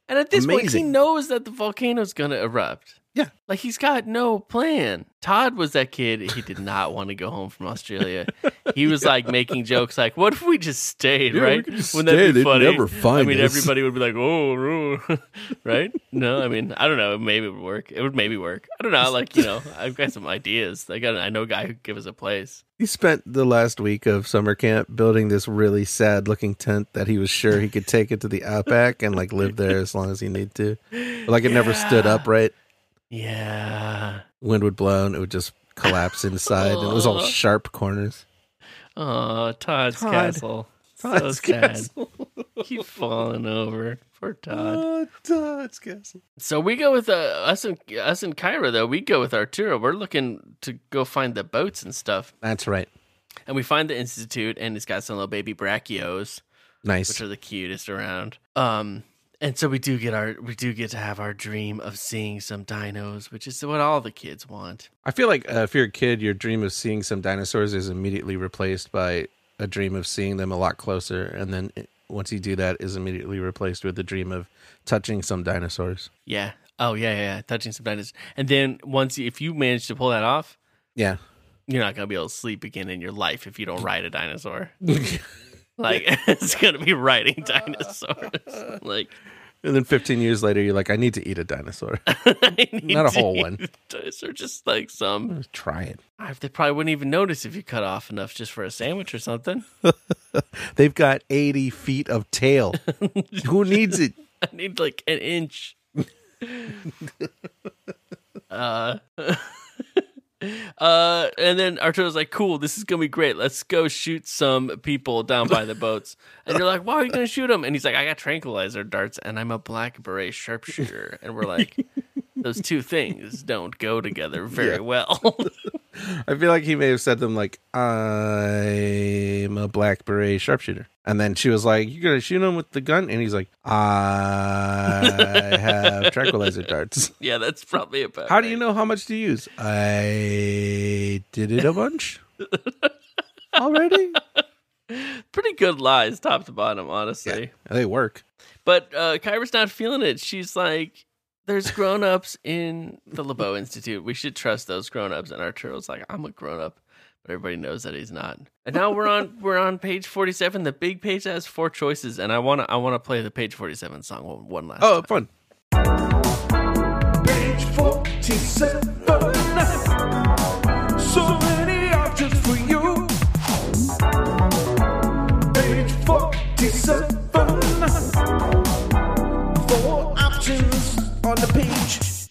[SPEAKER 2] And at this point, he
[SPEAKER 3] Amazing.
[SPEAKER 2] knows that the volcano's going to erupt.
[SPEAKER 3] Yeah.
[SPEAKER 2] Like he's got no plan. Todd was that kid. He did not want to go home from Australia. He was like making jokes, like, "What if we just stayed?
[SPEAKER 3] Yeah, we
[SPEAKER 2] right?
[SPEAKER 3] could just
[SPEAKER 2] Wouldn't that
[SPEAKER 3] stay.
[SPEAKER 2] be
[SPEAKER 3] They'd
[SPEAKER 2] funny?
[SPEAKER 3] never
[SPEAKER 2] I
[SPEAKER 3] find
[SPEAKER 2] mean,
[SPEAKER 3] us.
[SPEAKER 2] everybody would be like, "Oh, oh," right? No, I mean, I don't know. Maybe it would work. It would maybe work. I don't know. Like you know, I've got some ideas. I got. I know a guy who could give us a place.
[SPEAKER 3] He spent the last week of summer camp building this really sad looking tent that he was sure he could take it to the outback and like live there as long as he needed to. But, like it never stood
[SPEAKER 2] Yeah.
[SPEAKER 3] upright.
[SPEAKER 2] Yeah.
[SPEAKER 3] Wind would blow and it would just collapse inside. and it was all
[SPEAKER 2] Aw.
[SPEAKER 3] sharp corners.
[SPEAKER 2] Oh, Todd's
[SPEAKER 3] Todd.
[SPEAKER 2] castle. so
[SPEAKER 3] Todd's
[SPEAKER 2] sad.
[SPEAKER 3] castle.
[SPEAKER 2] Keep falling over. Poor Todd.
[SPEAKER 3] Oh, Todd's castle.
[SPEAKER 2] So we go with uh, us and us and Kyra though. We go with Arturo. We're looking to go find the boats and stuff,
[SPEAKER 3] That's right.
[SPEAKER 2] and we find the institute, and it's got some little baby brachios,
[SPEAKER 3] Nice.
[SPEAKER 2] which are the cutest around. Um, and so we do get our we do get to have our dream of seeing some dinos, which is what all the kids want.
[SPEAKER 3] I feel like uh, if you're a kid, your dream of seeing some dinosaurs is immediately replaced by a dream of seeing them a lot closer, and then it, once you do that, is immediately replaced with the dream of touching some dinosaurs.
[SPEAKER 2] Yeah. Oh yeah, yeah. yeah. Touching some dinos, and then once you, if you manage to pull that off,
[SPEAKER 3] Yeah,
[SPEAKER 2] you're not gonna be able to sleep again in your life if you don't ride a dinosaur. Like it's gonna be riding dinosaurs. like
[SPEAKER 3] and then 15 years later, you're like, I need to eat a dinosaur.
[SPEAKER 2] I need
[SPEAKER 3] Not a
[SPEAKER 2] to
[SPEAKER 3] whole
[SPEAKER 2] eat
[SPEAKER 3] one.
[SPEAKER 2] those, Or just like some.
[SPEAKER 3] Try it.
[SPEAKER 2] I- They probably wouldn't even notice if you cut off enough just for a sandwich or something.
[SPEAKER 3] They've got 80 feet of tail. Who needs it?
[SPEAKER 2] I need like an inch. uh, uh, and then Arturo's like, "Cool, this is gonna be great. Let's go shoot some people down by the boats." And you're like, "Why are you gonna shoot them?" And he's like, "I got tranquilizer darts, and I'm a black beret sharpshooter." And we're like, "Those two things don't go together very
[SPEAKER 3] Yeah.
[SPEAKER 2] well."
[SPEAKER 3] I feel like he may have said them like, I'm a black beret sharpshooter. And then she was like, You're gonna shoot him with the gun? And he's like, I have tranquilizer darts.
[SPEAKER 2] yeah, that's probably about.
[SPEAKER 3] How do
[SPEAKER 2] right.
[SPEAKER 3] you know how much to use? I did it a bunch. Already?
[SPEAKER 2] pretty good lies top to bottom honestly
[SPEAKER 3] They work.
[SPEAKER 2] but uh kyra's not feeling it she's like there's grown-ups in the lebeau institute we should trust those grown-ups and arturo's like i'm a grown-up but everybody knows that he's not and now we're on we're on page 47 the big page has four choices and i want to i want to play the page 47 song one, one last
[SPEAKER 3] Oh
[SPEAKER 2] time.
[SPEAKER 3] fun.
[SPEAKER 4] Page 47. So many options for you. Page 47. Four options on the page.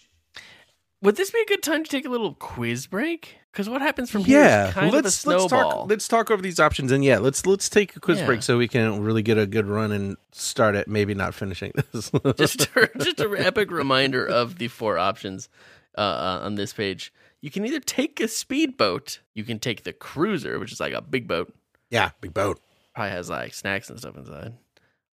[SPEAKER 2] would this be a good time to take a little quiz break because what happens from here
[SPEAKER 3] Yeah.
[SPEAKER 2] is kind of a
[SPEAKER 3] Let's let's
[SPEAKER 2] snowball
[SPEAKER 3] talk let's talk over these options and yeah, let's let's take a quiz
[SPEAKER 2] Yeah.
[SPEAKER 3] break so we can really get a good run and start at maybe not finishing this.
[SPEAKER 2] just just an epic reminder of the four options uh, uh, on this page. You can either take a speedboat, you can take the cruiser, which is like a big boat,
[SPEAKER 3] yeah, big boat.
[SPEAKER 2] probably has like snacks and stuff inside,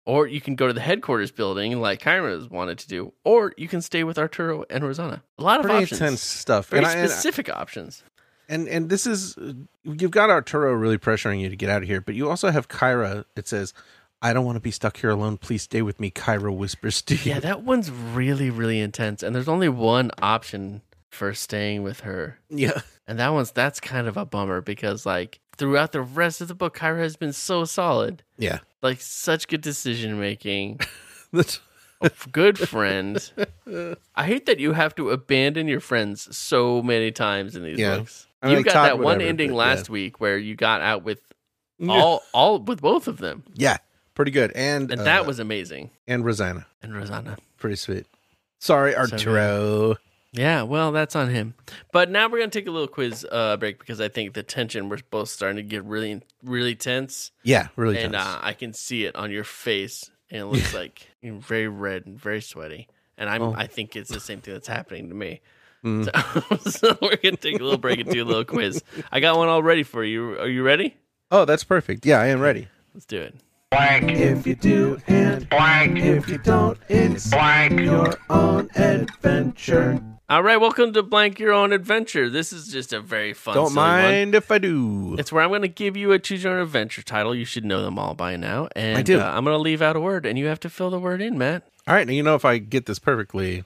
[SPEAKER 2] or you can go to the headquarters building, like Kyra's wanted to do, or you can stay with Arturo and Rosanna. A lot of
[SPEAKER 3] Pretty
[SPEAKER 2] options,
[SPEAKER 3] intense stuff.
[SPEAKER 2] very
[SPEAKER 3] and, I- and I-
[SPEAKER 2] specific options.
[SPEAKER 3] and and this is uh, you've got Arturo really pressuring you to get out of here, but you also have Kyra. It says, "I don't want to be stuck here alone. Please stay with me." Kyra whispers to you.
[SPEAKER 2] Yeah, that one's really really intense, and there's only one option for staying with her.
[SPEAKER 3] yeah.
[SPEAKER 2] And that one's that's kind of a bummer because like throughout the rest of the book, Kyra has been so solid,
[SPEAKER 3] Yeah.
[SPEAKER 2] like such good decision making,
[SPEAKER 3] That's
[SPEAKER 2] good friend. I hate that you have to abandon your friends so many times in these
[SPEAKER 3] Yeah.
[SPEAKER 2] books.
[SPEAKER 3] I mean,
[SPEAKER 2] you got
[SPEAKER 3] Todd
[SPEAKER 2] that
[SPEAKER 3] would
[SPEAKER 2] one
[SPEAKER 3] have it,
[SPEAKER 2] ending
[SPEAKER 3] but
[SPEAKER 2] last week where you got out with all all with both of them,
[SPEAKER 3] yeah, pretty good. And
[SPEAKER 2] Oh. and
[SPEAKER 3] uh,
[SPEAKER 2] that was amazing.
[SPEAKER 3] and Rosanna,
[SPEAKER 2] And Rosanna.
[SPEAKER 3] pretty sweet. Sorry,
[SPEAKER 2] good.
[SPEAKER 3] Arturo.
[SPEAKER 2] Yeah, well, that's on him. But now we're gonna take a little quiz uh, break because I think the tension we're both starting to get really, really tense.
[SPEAKER 3] yeah, really.
[SPEAKER 2] and
[SPEAKER 3] tense.
[SPEAKER 2] uh, I can see it on your face, and it looks like you're very red and very sweaty. and
[SPEAKER 3] Oh.
[SPEAKER 2] I'm I think it's the same thing that's happening to me.
[SPEAKER 3] Mm.
[SPEAKER 2] So, so we're gonna take a little break and do a little quiz. I got one all ready for you. Are you ready?
[SPEAKER 3] Oh, that's perfect. Yeah, I am ready.
[SPEAKER 2] Let's do it.
[SPEAKER 4] If you do and blank, if you don't, it's blank your own adventure.
[SPEAKER 2] All right, welcome to Blank Your Own Adventure. This is just a very fun.
[SPEAKER 3] Don't
[SPEAKER 2] silly one.
[SPEAKER 3] mind if I do.
[SPEAKER 2] It's where I'm going to give you a choose your own adventure title. You should know them all by now. And
[SPEAKER 3] I do.
[SPEAKER 2] Uh, I'm going to leave out a word, and you have to fill the word in, Matt.
[SPEAKER 3] All right, now you know if I get this perfectly,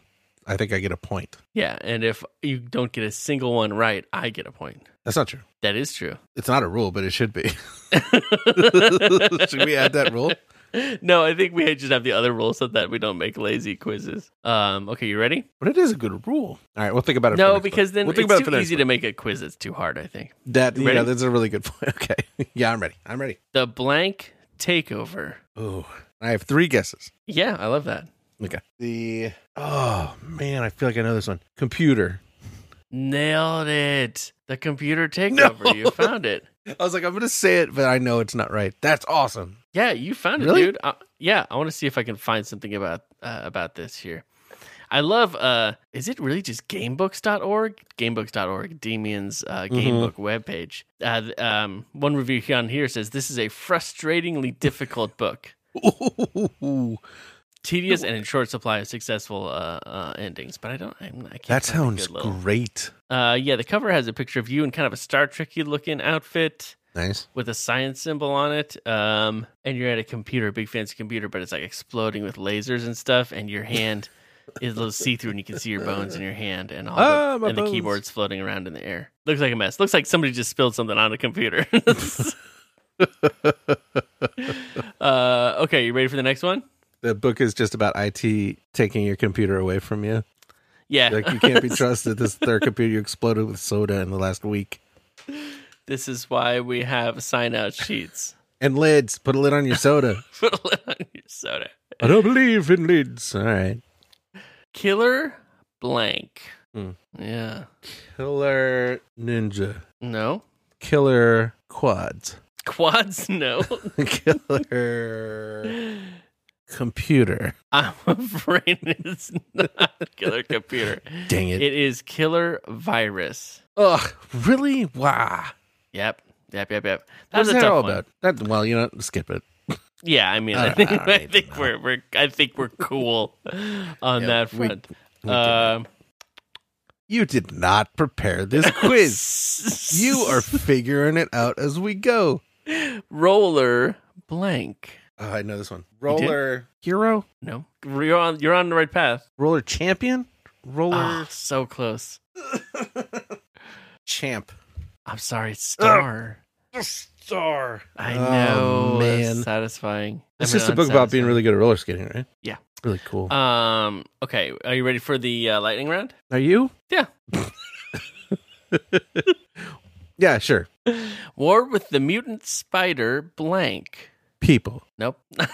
[SPEAKER 3] I think I get a point.
[SPEAKER 2] Yeah, and if you don't get a single one right, I get a point.
[SPEAKER 3] That's not true.
[SPEAKER 2] That is true.
[SPEAKER 3] It's not a rule, but it should be. should we add that rule?
[SPEAKER 2] No, I think we just have the other rule so that we don't make lazy quizzes. Um, okay, you ready?
[SPEAKER 3] But it is a good rule. All right, we'll think about it. for
[SPEAKER 2] No,
[SPEAKER 3] next
[SPEAKER 2] because
[SPEAKER 3] one.
[SPEAKER 2] then
[SPEAKER 3] we'll think
[SPEAKER 2] it's
[SPEAKER 3] about it for
[SPEAKER 2] too
[SPEAKER 3] next
[SPEAKER 2] easy
[SPEAKER 3] one.
[SPEAKER 2] to make a quiz that's too hard, I think.
[SPEAKER 3] That yeah,
[SPEAKER 2] Ready?
[SPEAKER 3] that's a really good point. Okay, yeah, I'm ready. I'm ready.
[SPEAKER 2] The blank takeover.
[SPEAKER 3] Ooh, I have three guesses.
[SPEAKER 2] Yeah, I love that.
[SPEAKER 3] Okay. The oh man, I feel like I know this one. Computer.
[SPEAKER 2] Nailed it. The computer takeover. You found it.
[SPEAKER 3] I was like, I'm gonna say it, but I know it's not right. That's awesome.
[SPEAKER 2] Yeah, you found it,
[SPEAKER 3] Really?
[SPEAKER 2] dude. Uh, yeah, I want to see if I can find something about uh, about this here. I love uh is it really just gamebooks.org? Gamebooks.org, Demian's uh
[SPEAKER 3] Mm-hmm.
[SPEAKER 2] gamebook webpage. Uh th- um one review here on here says this is a frustratingly difficult book.
[SPEAKER 3] Ooh,
[SPEAKER 2] Tedious and in short supply of successful uh, uh endings, but I don't I'm, I can't find a
[SPEAKER 3] that sounds
[SPEAKER 2] good little-
[SPEAKER 3] great.
[SPEAKER 2] Uh yeah, the cover has a picture of you in kind of a Star Trekky looking outfit
[SPEAKER 3] Nice.
[SPEAKER 2] with a science symbol on it. Um, and you're at a computer, big fancy computer, but it's like exploding with lasers and stuff. And your hand is a little see through, and you can see your bones in your hand, and all
[SPEAKER 3] Ah,
[SPEAKER 2] the,
[SPEAKER 3] my
[SPEAKER 2] and the
[SPEAKER 3] bones.
[SPEAKER 2] keyboard's floating around in the air. Looks like a mess. Looks like somebody just spilled something on a computer. uh, okay, you ready for the next one?
[SPEAKER 3] The book is just about IT taking your computer away from you.
[SPEAKER 2] Yeah.
[SPEAKER 3] Like you can't be trusted. This their computer exploded with soda in the last week.
[SPEAKER 2] this is why we have sign out sheets.
[SPEAKER 3] And lids. Put a lid on your soda.
[SPEAKER 2] Put a lid on your soda.
[SPEAKER 3] I don't believe in lids. All right.
[SPEAKER 2] Killer blank.
[SPEAKER 3] Hmm.
[SPEAKER 2] Yeah.
[SPEAKER 3] Killer ninja.
[SPEAKER 2] No.
[SPEAKER 3] Killer quads.
[SPEAKER 2] Quads, no.
[SPEAKER 3] Killer computer.
[SPEAKER 2] I'm afraid it's not killer computer.
[SPEAKER 3] Dang it.
[SPEAKER 2] It is killer virus.
[SPEAKER 3] Ugh. Really? Wow.
[SPEAKER 2] Yep. Yep, yep, yep. That
[SPEAKER 3] What's
[SPEAKER 2] was a
[SPEAKER 3] that all
[SPEAKER 2] tough one.
[SPEAKER 3] about? That well, you know, skip it.
[SPEAKER 2] Yeah, I mean, I
[SPEAKER 3] I don't-
[SPEAKER 2] think,
[SPEAKER 3] I don't
[SPEAKER 2] I
[SPEAKER 3] even
[SPEAKER 2] think
[SPEAKER 3] know.
[SPEAKER 2] we're, we're I think we're cool on
[SPEAKER 3] Yeah,
[SPEAKER 2] that
[SPEAKER 3] we-
[SPEAKER 2] front.
[SPEAKER 3] we did
[SPEAKER 2] um,
[SPEAKER 3] You did not prepare this quiz. you are figuring it out as we go.
[SPEAKER 2] roller blank.
[SPEAKER 3] Oh, I know this one.
[SPEAKER 2] did?
[SPEAKER 3] Roller hero,
[SPEAKER 2] No, you're on you're on the right path.
[SPEAKER 3] roller champion, roller
[SPEAKER 2] Oh, so close.
[SPEAKER 3] champ.
[SPEAKER 2] I'm sorry, star.
[SPEAKER 3] Star.
[SPEAKER 2] I
[SPEAKER 3] Ah. Oh,
[SPEAKER 2] know, man,
[SPEAKER 3] man.
[SPEAKER 2] satisfying. I
[SPEAKER 3] It's
[SPEAKER 2] mean,
[SPEAKER 3] just a book about being
[SPEAKER 2] unsatisfying.
[SPEAKER 3] really good Uh, at roller skating, right?
[SPEAKER 2] Yeah.
[SPEAKER 3] Really cool.
[SPEAKER 2] Um. Okay. Are you ready for the uh, lightning round?
[SPEAKER 3] Are you?
[SPEAKER 2] Yeah.
[SPEAKER 3] Yeah, sure.
[SPEAKER 2] War with the mutant spider blank.
[SPEAKER 3] People.
[SPEAKER 2] Nope.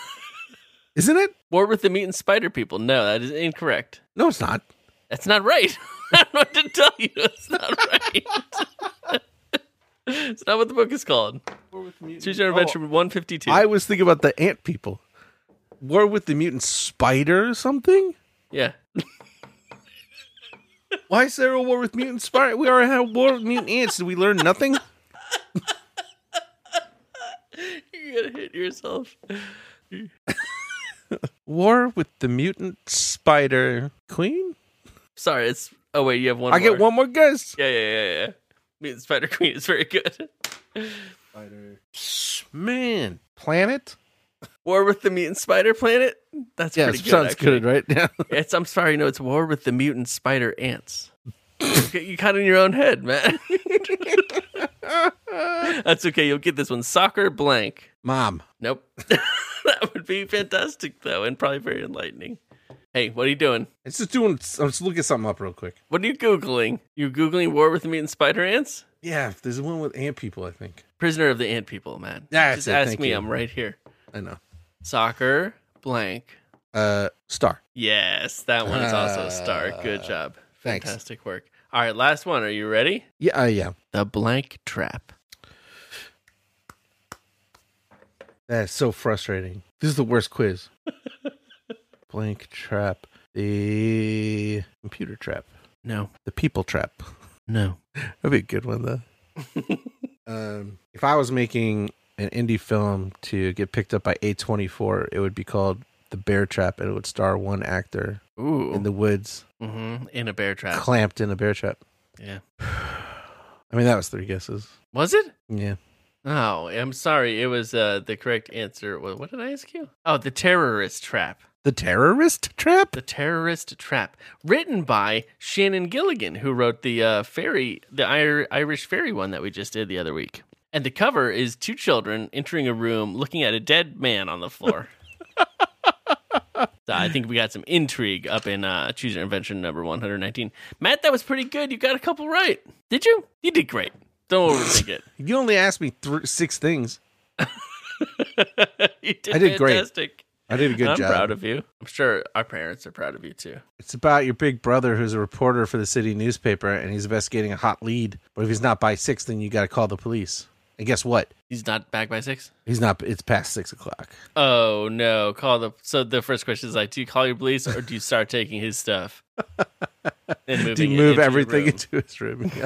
[SPEAKER 3] Isn't it?
[SPEAKER 2] War with the mutant spider people. No, that is incorrect.
[SPEAKER 3] No, it's not.
[SPEAKER 2] That's not right. I don't know what to tell you. It's not right. it's not what the book is called. Choose your Own adventure 152.
[SPEAKER 3] I was thinking about the ant people. War with the mutant spider or something?
[SPEAKER 2] yeah.
[SPEAKER 3] Why is there a war with mutant spider? We already had a war with mutant ants. Did we learn nothing?
[SPEAKER 2] You're going to hit yourself.
[SPEAKER 3] War with the mutant spider queen?
[SPEAKER 2] Sorry. It's. Oh, wait. You have one
[SPEAKER 3] I
[SPEAKER 2] more.
[SPEAKER 3] get one more guess.
[SPEAKER 2] Yeah, yeah, yeah, yeah. Mutant Spider Queen is very good.
[SPEAKER 3] Man. Planet?
[SPEAKER 2] War with the Mutant Spider Planet? That's
[SPEAKER 3] Yeah,
[SPEAKER 2] pretty good.
[SPEAKER 3] sounds
[SPEAKER 2] actually.
[SPEAKER 3] good, right? Yeah.
[SPEAKER 2] It's I'm sorry, no, it's war with the mutant spider ants. you you caught in your own head, man. That's okay. You'll get this one. Soccer blank.
[SPEAKER 3] Mom.
[SPEAKER 2] Nope. that would be fantastic though, and probably very enlightening. Hey, what are you doing?
[SPEAKER 3] It's just doing I'm just looking something up real quick.
[SPEAKER 2] What are you googling? You googling war with the mutant spider ants?
[SPEAKER 3] Yeah, there's one with ant people, I think.
[SPEAKER 2] Prisoner of the ant people, man.
[SPEAKER 3] That's
[SPEAKER 2] Just
[SPEAKER 3] it,
[SPEAKER 2] ask
[SPEAKER 3] thank
[SPEAKER 2] me.
[SPEAKER 3] you.
[SPEAKER 2] I'm right here.
[SPEAKER 3] I know.
[SPEAKER 2] Soccer blank.
[SPEAKER 3] Uh Star.
[SPEAKER 2] Yes, that one is also a star. Good job.
[SPEAKER 3] Uh, thanks.
[SPEAKER 2] Fantastic work. All right, last one. Are you ready?
[SPEAKER 3] Yeah, uh, yeah.
[SPEAKER 2] The blank trap.
[SPEAKER 3] That is so frustrating. This is the worst quiz. Blank trap. The computer trap.
[SPEAKER 2] No,
[SPEAKER 3] The people trap.
[SPEAKER 2] no.
[SPEAKER 3] That'd be a good one though. um, if I was making an indie film to get picked up by A24, it would be called The Bear Trap, and it would star one actor
[SPEAKER 2] Ooh.
[SPEAKER 3] in the woods,
[SPEAKER 2] hmm In a bear trap.
[SPEAKER 3] clamped in a bear trap.
[SPEAKER 2] Yeah.
[SPEAKER 3] I mean, that was three guesses.
[SPEAKER 2] Was it?
[SPEAKER 3] Yeah.
[SPEAKER 2] Oh, I'm sorry. It was uh, the correct answer. What, what did I ask you? Oh, the terrorist trap.
[SPEAKER 3] The terrorist trap?
[SPEAKER 2] The terrorist trap, written by Shannon Gilligan, who wrote the uh, fairy, the Ir- Irish fairy one that we just did the other week. And the cover is two children entering a room, looking at a dead man on the floor. so I think we got some intrigue up in uh, Choose Your Invention number 119. Matt, that was pretty good. You got a couple right. Did you? You did great. Don't overthink it.
[SPEAKER 3] You only asked me thr six things.
[SPEAKER 2] you did
[SPEAKER 3] I did great.
[SPEAKER 2] fantastic.
[SPEAKER 3] I did a good
[SPEAKER 2] I'm
[SPEAKER 3] job.
[SPEAKER 2] proud of you. I'm sure our parents are proud of you too.
[SPEAKER 3] It's about your big brother who's a reporter for the city newspaper and he's investigating a hot lead. But if he's not by six, then you got to call the police. And guess what?
[SPEAKER 2] He's not back by six.
[SPEAKER 3] He's not. It's past six o'clock.
[SPEAKER 2] Oh no! Call the so the first question is like, do you call your police or do you start taking his stuff? And
[SPEAKER 3] Do
[SPEAKER 2] moving it
[SPEAKER 3] you move
[SPEAKER 2] into your
[SPEAKER 3] everything
[SPEAKER 2] room?
[SPEAKER 3] into his room?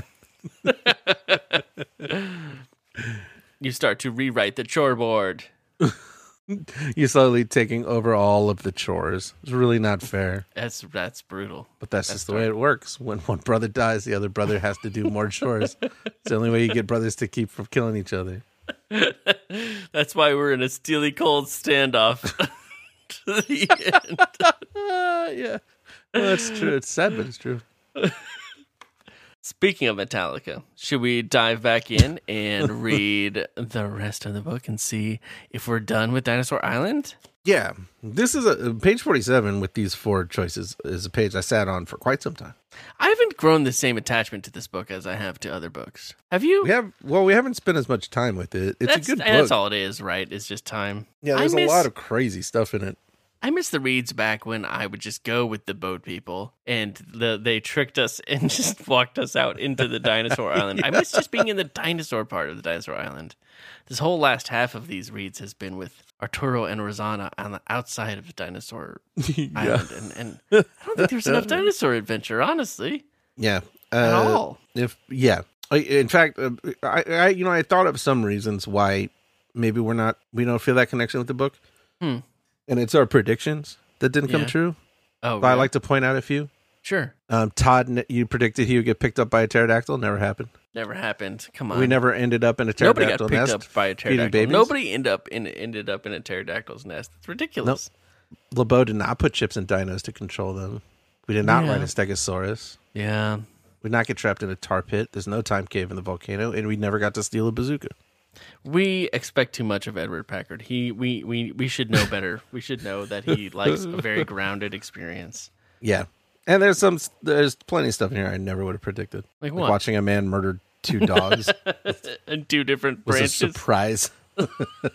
[SPEAKER 3] Yeah.
[SPEAKER 2] you start to rewrite the chore board.
[SPEAKER 3] You're slowly taking over all of the chores. It's really not fair,
[SPEAKER 2] That's that's brutal.
[SPEAKER 3] but that's, just the way it works. When one brother dies, the other brother has to do more chores. It's the only way you get brothers to keep from killing each other.
[SPEAKER 2] That's why we're in a steely cold standoff. to the end.
[SPEAKER 3] Uh, yeah, well, that's true. It's sad, but it's true.
[SPEAKER 2] Speaking of Metallica, should we dive back in and read the rest of the book and see if we're done with Dinosaur Island?
[SPEAKER 3] Yeah, this is a page forty-seven with these four choices. Is a page I sat on for quite some time.
[SPEAKER 2] I haven't grown the same attachment to this book as I have to other books. Have you?
[SPEAKER 3] We have well, we haven't spent as much time with it. It's
[SPEAKER 2] that's,
[SPEAKER 3] a good book.
[SPEAKER 2] That's all it is, right? It's just time.
[SPEAKER 3] Yeah,
[SPEAKER 2] I
[SPEAKER 3] there's
[SPEAKER 2] miss-
[SPEAKER 3] a lot of crazy stuff in it.
[SPEAKER 2] I miss the reads back when I would just go with the boat people and the, they tricked us and just walked us out into the dinosaur island. I miss just being in the dinosaur part of the dinosaur island. This whole last half of these reads has been with Arturo and Rosanna on the outside of the dinosaur
[SPEAKER 3] yeah,
[SPEAKER 2] island. And, and I don't think there's enough dinosaur adventure, honestly,
[SPEAKER 3] yeah.
[SPEAKER 2] at
[SPEAKER 3] Uh,
[SPEAKER 2] all.
[SPEAKER 3] If yeah, I, in fact, uh, I, I you know I thought of some reasons why maybe we're not we don't feel that connection with the book,
[SPEAKER 2] Hmm.
[SPEAKER 3] and it's our predictions that didn't come
[SPEAKER 2] Yeah.
[SPEAKER 3] true.
[SPEAKER 2] Oh,
[SPEAKER 3] But I
[SPEAKER 2] really?
[SPEAKER 3] like to point out a few.
[SPEAKER 2] sure.
[SPEAKER 3] Um, Todd, n- you predicted he would get picked up by a pterodactyl. Never happened.
[SPEAKER 2] Never happened. Come on.
[SPEAKER 3] We never ended up in a
[SPEAKER 2] Uh, Nobody
[SPEAKER 3] pterodactyl
[SPEAKER 2] got picked
[SPEAKER 3] nest.
[SPEAKER 2] up by a
[SPEAKER 3] feeding
[SPEAKER 2] pterodactyl.
[SPEAKER 3] babies.
[SPEAKER 2] Nobody end up in, ended up in a pterodactyl's nest. It's ridiculous.
[SPEAKER 3] LeBeau did not put chips in dinos to control them. We did not
[SPEAKER 2] Yeah.
[SPEAKER 3] ride a stegosaurus.
[SPEAKER 2] Yeah.
[SPEAKER 3] We did not get trapped in a tar pit. There's no time cave in the volcano, and we never got to steal a bazooka.
[SPEAKER 2] We expect too much of Edward Packard. He we we, we should know better. we should know that he likes a very grounded experience.
[SPEAKER 3] Yeah, and there's some there's plenty of stuff in here I never would have predicted.
[SPEAKER 2] Like what?
[SPEAKER 3] watching a man murder two dogs
[SPEAKER 2] and Uh, two different
[SPEAKER 3] was a
[SPEAKER 2] branches.
[SPEAKER 3] surprise.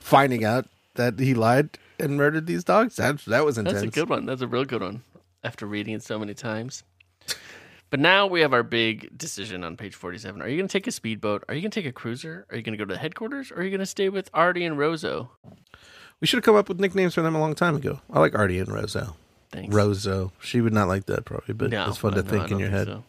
[SPEAKER 3] Finding out that he lied and murdered these dogs that that was intense.
[SPEAKER 2] That's a good one. That's a real good one. After reading it so many times. But now we have our big decision on page 47. Are you going to take a speedboat? Are you going to take a cruiser? Are you going to go to the headquarters? Or are you going to stay with Artie and Rozo?
[SPEAKER 3] We should have come up with nicknames for them a long time ago. I like Artie and Rozo.
[SPEAKER 2] Thanks.
[SPEAKER 3] Rozo, she would not like that probably, but
[SPEAKER 2] No,
[SPEAKER 3] it's fun to
[SPEAKER 2] no, I
[SPEAKER 3] think in
[SPEAKER 2] don't
[SPEAKER 3] your head.
[SPEAKER 2] so.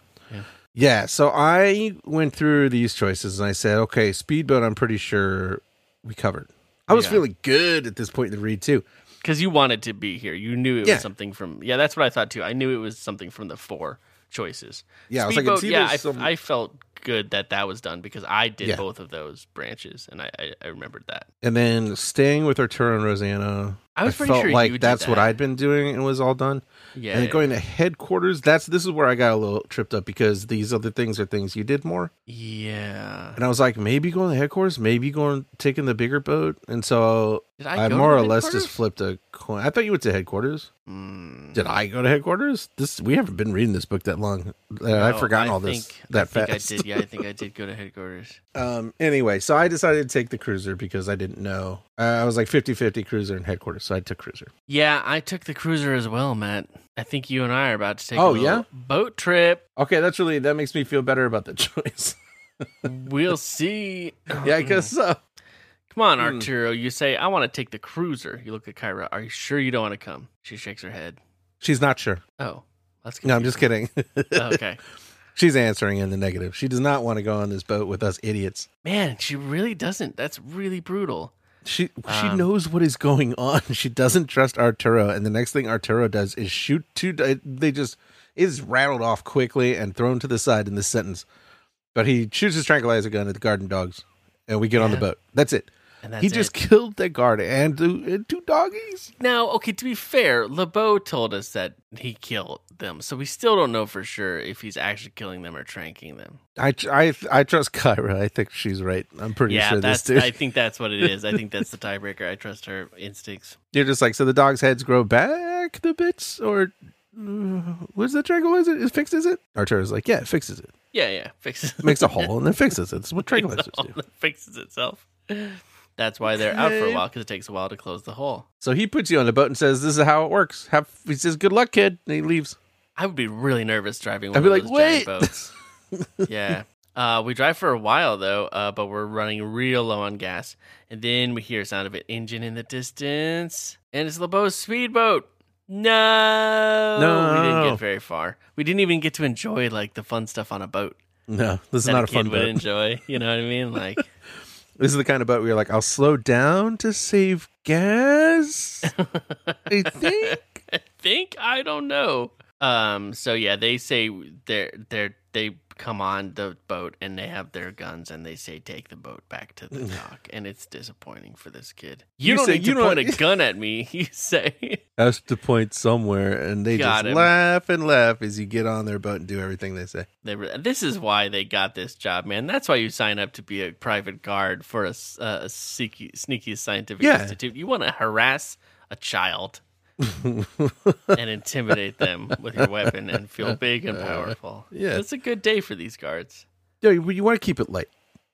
[SPEAKER 3] Yeah, so I went through these choices and I said, okay, speedboat. I'm pretty sure we covered. I was
[SPEAKER 2] Yeah.
[SPEAKER 3] feeling good at this point in the read too.
[SPEAKER 2] because you wanted to be here. You knew it
[SPEAKER 3] Yeah.
[SPEAKER 2] was something from yeah. That's what I thought too. I knew it was something from the four choices.
[SPEAKER 3] Yeah, I was like,
[SPEAKER 2] Speedboat,
[SPEAKER 3] it's either
[SPEAKER 2] yeah. I,
[SPEAKER 3] some-
[SPEAKER 2] I felt good that that was done because I did
[SPEAKER 3] Yeah.
[SPEAKER 2] both of those branches and I, I, I remembered that.
[SPEAKER 3] And then staying with Arturo and Rosanna,
[SPEAKER 2] I was pretty
[SPEAKER 3] felt
[SPEAKER 2] sure
[SPEAKER 3] like
[SPEAKER 2] you did
[SPEAKER 3] that's what
[SPEAKER 2] that.
[SPEAKER 3] I'd been doing and was all done.
[SPEAKER 2] Yeah,
[SPEAKER 3] and then going to headquarters, that's this is where I got a little tripped up because these other things are things you did more.
[SPEAKER 2] yeah.
[SPEAKER 3] And I was like, maybe going to headquarters, maybe going taking the bigger boat. And so
[SPEAKER 2] Did
[SPEAKER 3] I,
[SPEAKER 2] go to
[SPEAKER 3] more or less
[SPEAKER 2] headquarters?
[SPEAKER 3] just flipped a coin. I thought you went to headquarters.
[SPEAKER 2] Mm,
[SPEAKER 3] Did I go to headquarters? This we haven't been reading this book that long. Uh, I've
[SPEAKER 2] no,
[SPEAKER 3] forgotten
[SPEAKER 2] Oh, I
[SPEAKER 3] all this
[SPEAKER 2] think-
[SPEAKER 3] that
[SPEAKER 2] I think
[SPEAKER 3] fast.
[SPEAKER 2] I did. Yeah, I think I did go to headquarters.
[SPEAKER 3] Um, anyway, so I decided to take the cruiser because I didn't know. Uh, I was like 50-50 cruiser and headquarters, so I took cruiser.
[SPEAKER 2] Yeah, I took the cruiser as well, Matt. I think you and I are about to take. a
[SPEAKER 3] Oh,
[SPEAKER 2] little
[SPEAKER 3] yeah?
[SPEAKER 2] boat trip.
[SPEAKER 3] Okay, that's really that makes me feel better about the choice.
[SPEAKER 2] We'll see.
[SPEAKER 3] yeah, I guess so.
[SPEAKER 2] Come on,
[SPEAKER 3] Hmm.
[SPEAKER 2] Arturo. You say, I want to take the cruiser. You look at Kyra. Are you sure you don't want to come? She shakes her head.
[SPEAKER 3] She's not sure.
[SPEAKER 2] Oh, that's good.
[SPEAKER 3] No, I'm just kidding.
[SPEAKER 2] okay.
[SPEAKER 3] She's answering in the negative. She does not want to go on this boat with us idiots.
[SPEAKER 2] Man, she really doesn't. That's really brutal.
[SPEAKER 3] She she
[SPEAKER 2] Um.
[SPEAKER 3] knows what is going on. She doesn't trust Arturo, and the next thing Arturo does is shoot two. di- They just is rattled off quickly and thrown to the side in this sentence. But he shoots his tranquilizer gun at the garden dogs, and we get on the
[SPEAKER 2] Yeah.
[SPEAKER 3] boat. That's it.
[SPEAKER 2] And that's
[SPEAKER 3] he just
[SPEAKER 2] it.
[SPEAKER 3] killed the guard and two, and two doggies.
[SPEAKER 2] Now, okay, to be fair, LeBeau told us that he killed them, so we still don't know for sure if he's actually killing them or tranking them.
[SPEAKER 3] I tr- I I trust Kyra. I think she's right. I'm pretty
[SPEAKER 2] yeah,
[SPEAKER 3] sure this
[SPEAKER 2] that's.
[SPEAKER 3] too.
[SPEAKER 2] I think that's what it is. I think that's the tiebreaker. I trust her instincts.
[SPEAKER 3] You're just like so. The dog's heads grow back the bits, or uh, what's the tranquilizer? It fixes it. Arturo's like, yeah, it fixes it.
[SPEAKER 2] Yeah, yeah, fixes
[SPEAKER 3] makes a hole and then fixes it. That's what tranquilizers do.
[SPEAKER 2] it fixes itself. That's why they're out for a while because it takes a while to close the hole.
[SPEAKER 3] So he puts you on the boat and says, "This is how it works." Have he says, "Good luck, kid," and he leaves.
[SPEAKER 2] I would be really nervous driving one
[SPEAKER 3] I'd be
[SPEAKER 2] of
[SPEAKER 3] like,
[SPEAKER 2] those
[SPEAKER 3] "Wait."
[SPEAKER 2] giant boats. yeah. Uh, we drive for a while though, uh, but we're running real low on gas, and then we hear a sound of an engine in the distance, and it's LeBeau's speedboat. No, we didn't
[SPEAKER 3] No.
[SPEAKER 2] get very far. We didn't even get to enjoy like the fun stuff on a boat.
[SPEAKER 3] No, this is
[SPEAKER 2] that
[SPEAKER 3] not
[SPEAKER 2] a
[SPEAKER 3] a
[SPEAKER 2] kid
[SPEAKER 3] fun
[SPEAKER 2] would
[SPEAKER 3] boat.
[SPEAKER 2] enjoy. You know what I mean? Like,
[SPEAKER 3] This is the kind of boat where you're like, "I'll slow down to save gas." I think.
[SPEAKER 2] I think I don't know. Um. So yeah, they say they're they're they come on the boat and they have their guns and they say take the boat back to the dock and it's disappointing for this kid. You,
[SPEAKER 3] You
[SPEAKER 2] don't
[SPEAKER 3] say
[SPEAKER 2] need
[SPEAKER 3] you
[SPEAKER 2] to
[SPEAKER 3] don't-
[SPEAKER 2] point a gun at me. You say
[SPEAKER 3] That's the point somewhere, and they
[SPEAKER 2] Got
[SPEAKER 3] just
[SPEAKER 2] him.
[SPEAKER 3] laugh and laugh as you get on their boat and do everything they say.
[SPEAKER 2] they. Re- this is why they got this job, man. That's why you sign up to be a private guard for a, s- uh, a sneaky, sneaky scientific
[SPEAKER 3] Yeah.
[SPEAKER 2] institute. You want to harass a child. and intimidate them with your weapon and feel big and powerful.
[SPEAKER 3] Uh, Yeah.
[SPEAKER 2] It's a good day for these guards.
[SPEAKER 3] Yeah, you, you want to keep it light.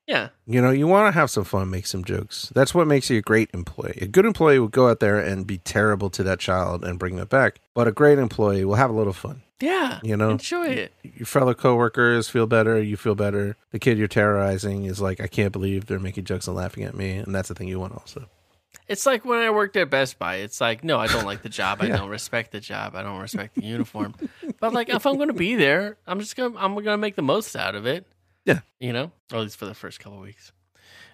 [SPEAKER 2] Yeah.
[SPEAKER 3] You know, you want to have some fun, make some jokes. That's what makes you a great employee. A good employee will go out there and be terrible to that child and bring them back. But a great employee will have a little fun.
[SPEAKER 2] Yeah.
[SPEAKER 3] You know?
[SPEAKER 2] enjoy it.
[SPEAKER 3] Your fellow coworkers feel better. You feel better. The kid you're terrorizing is like, I can't believe they're making jokes and laughing at me. And that's the thing you want also.
[SPEAKER 2] It's like when I worked at Best Buy. It's like, no, I don't like the job. I don't respect the job. I don't respect the uniform. but like, if I'm going to be there, I'm just going. to I'm going to make the most out of it.
[SPEAKER 3] Yeah.
[SPEAKER 2] You know, or at least for the first couple weeks.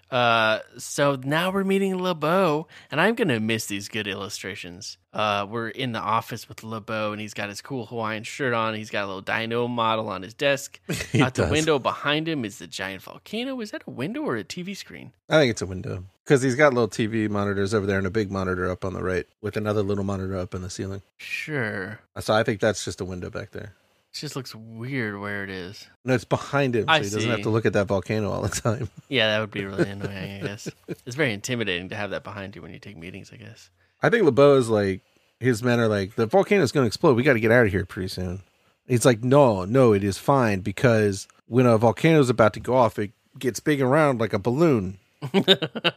[SPEAKER 2] Uh, so now we're meeting LeBeau, and I'm gonna miss these good illustrations. Uh, we're in the office with LeBeau, and he's got his cool Hawaiian shirt on. He's got a little dino model on his desk.
[SPEAKER 3] He
[SPEAKER 2] Out the
[SPEAKER 3] does.
[SPEAKER 2] window behind him is the giant volcano. Is that a window or a TV screen?
[SPEAKER 3] I think it's a window because he's got little TV monitors over there and a big monitor up on the right with another little monitor up in the ceiling.
[SPEAKER 2] Sure.
[SPEAKER 3] So I think that's just a window back there.
[SPEAKER 2] It just looks weird where it is.
[SPEAKER 3] No, it's behind him, so
[SPEAKER 2] I
[SPEAKER 3] he doesn't
[SPEAKER 2] see.
[SPEAKER 3] have to look at that volcano all the time.
[SPEAKER 2] Yeah, that would be really annoying, I guess. It's very intimidating to have that behind you when you take meetings, I guess.
[SPEAKER 3] I think LeBeau is like his men are like the volcano's going to explode. We got to get out of here pretty soon. It's like no, no, it is fine because when a volcano's about to go off, it gets big and round like a balloon. and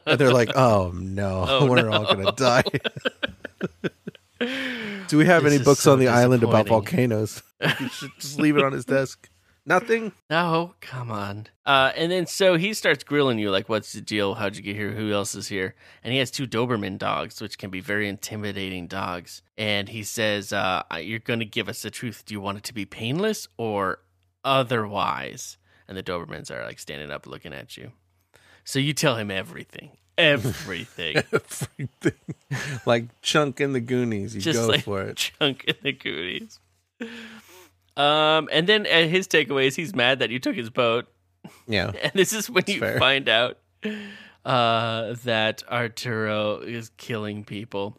[SPEAKER 3] they're like, oh no, we're all going to die. Do we have
[SPEAKER 2] This
[SPEAKER 3] any
[SPEAKER 2] is
[SPEAKER 3] books
[SPEAKER 2] so
[SPEAKER 3] on the island about
[SPEAKER 2] disappointing.
[SPEAKER 3] volcanoes? you should just leave it on his desk. Nothing.
[SPEAKER 2] No, come on. Uh, and then so he starts grilling you, like, what's the deal? How'd you get here? Who else is here? And he has two Doberman dogs, which can be very intimidating dogs. And he says, uh, You're going to give us the truth. Do you want it to be painless or otherwise? And the Dobermans are like standing up looking at you. So you tell him everything. Everything.
[SPEAKER 3] Everything. like Chunk in the Goonies. You
[SPEAKER 2] just
[SPEAKER 3] go
[SPEAKER 2] like
[SPEAKER 3] for it.
[SPEAKER 2] Chunk in the Goonies. Um, and then uh, his takeaway is he's mad that you took his boat,
[SPEAKER 3] Yeah.
[SPEAKER 2] and this is when you
[SPEAKER 3] fair.
[SPEAKER 2] find out uh, that Arturo is killing people.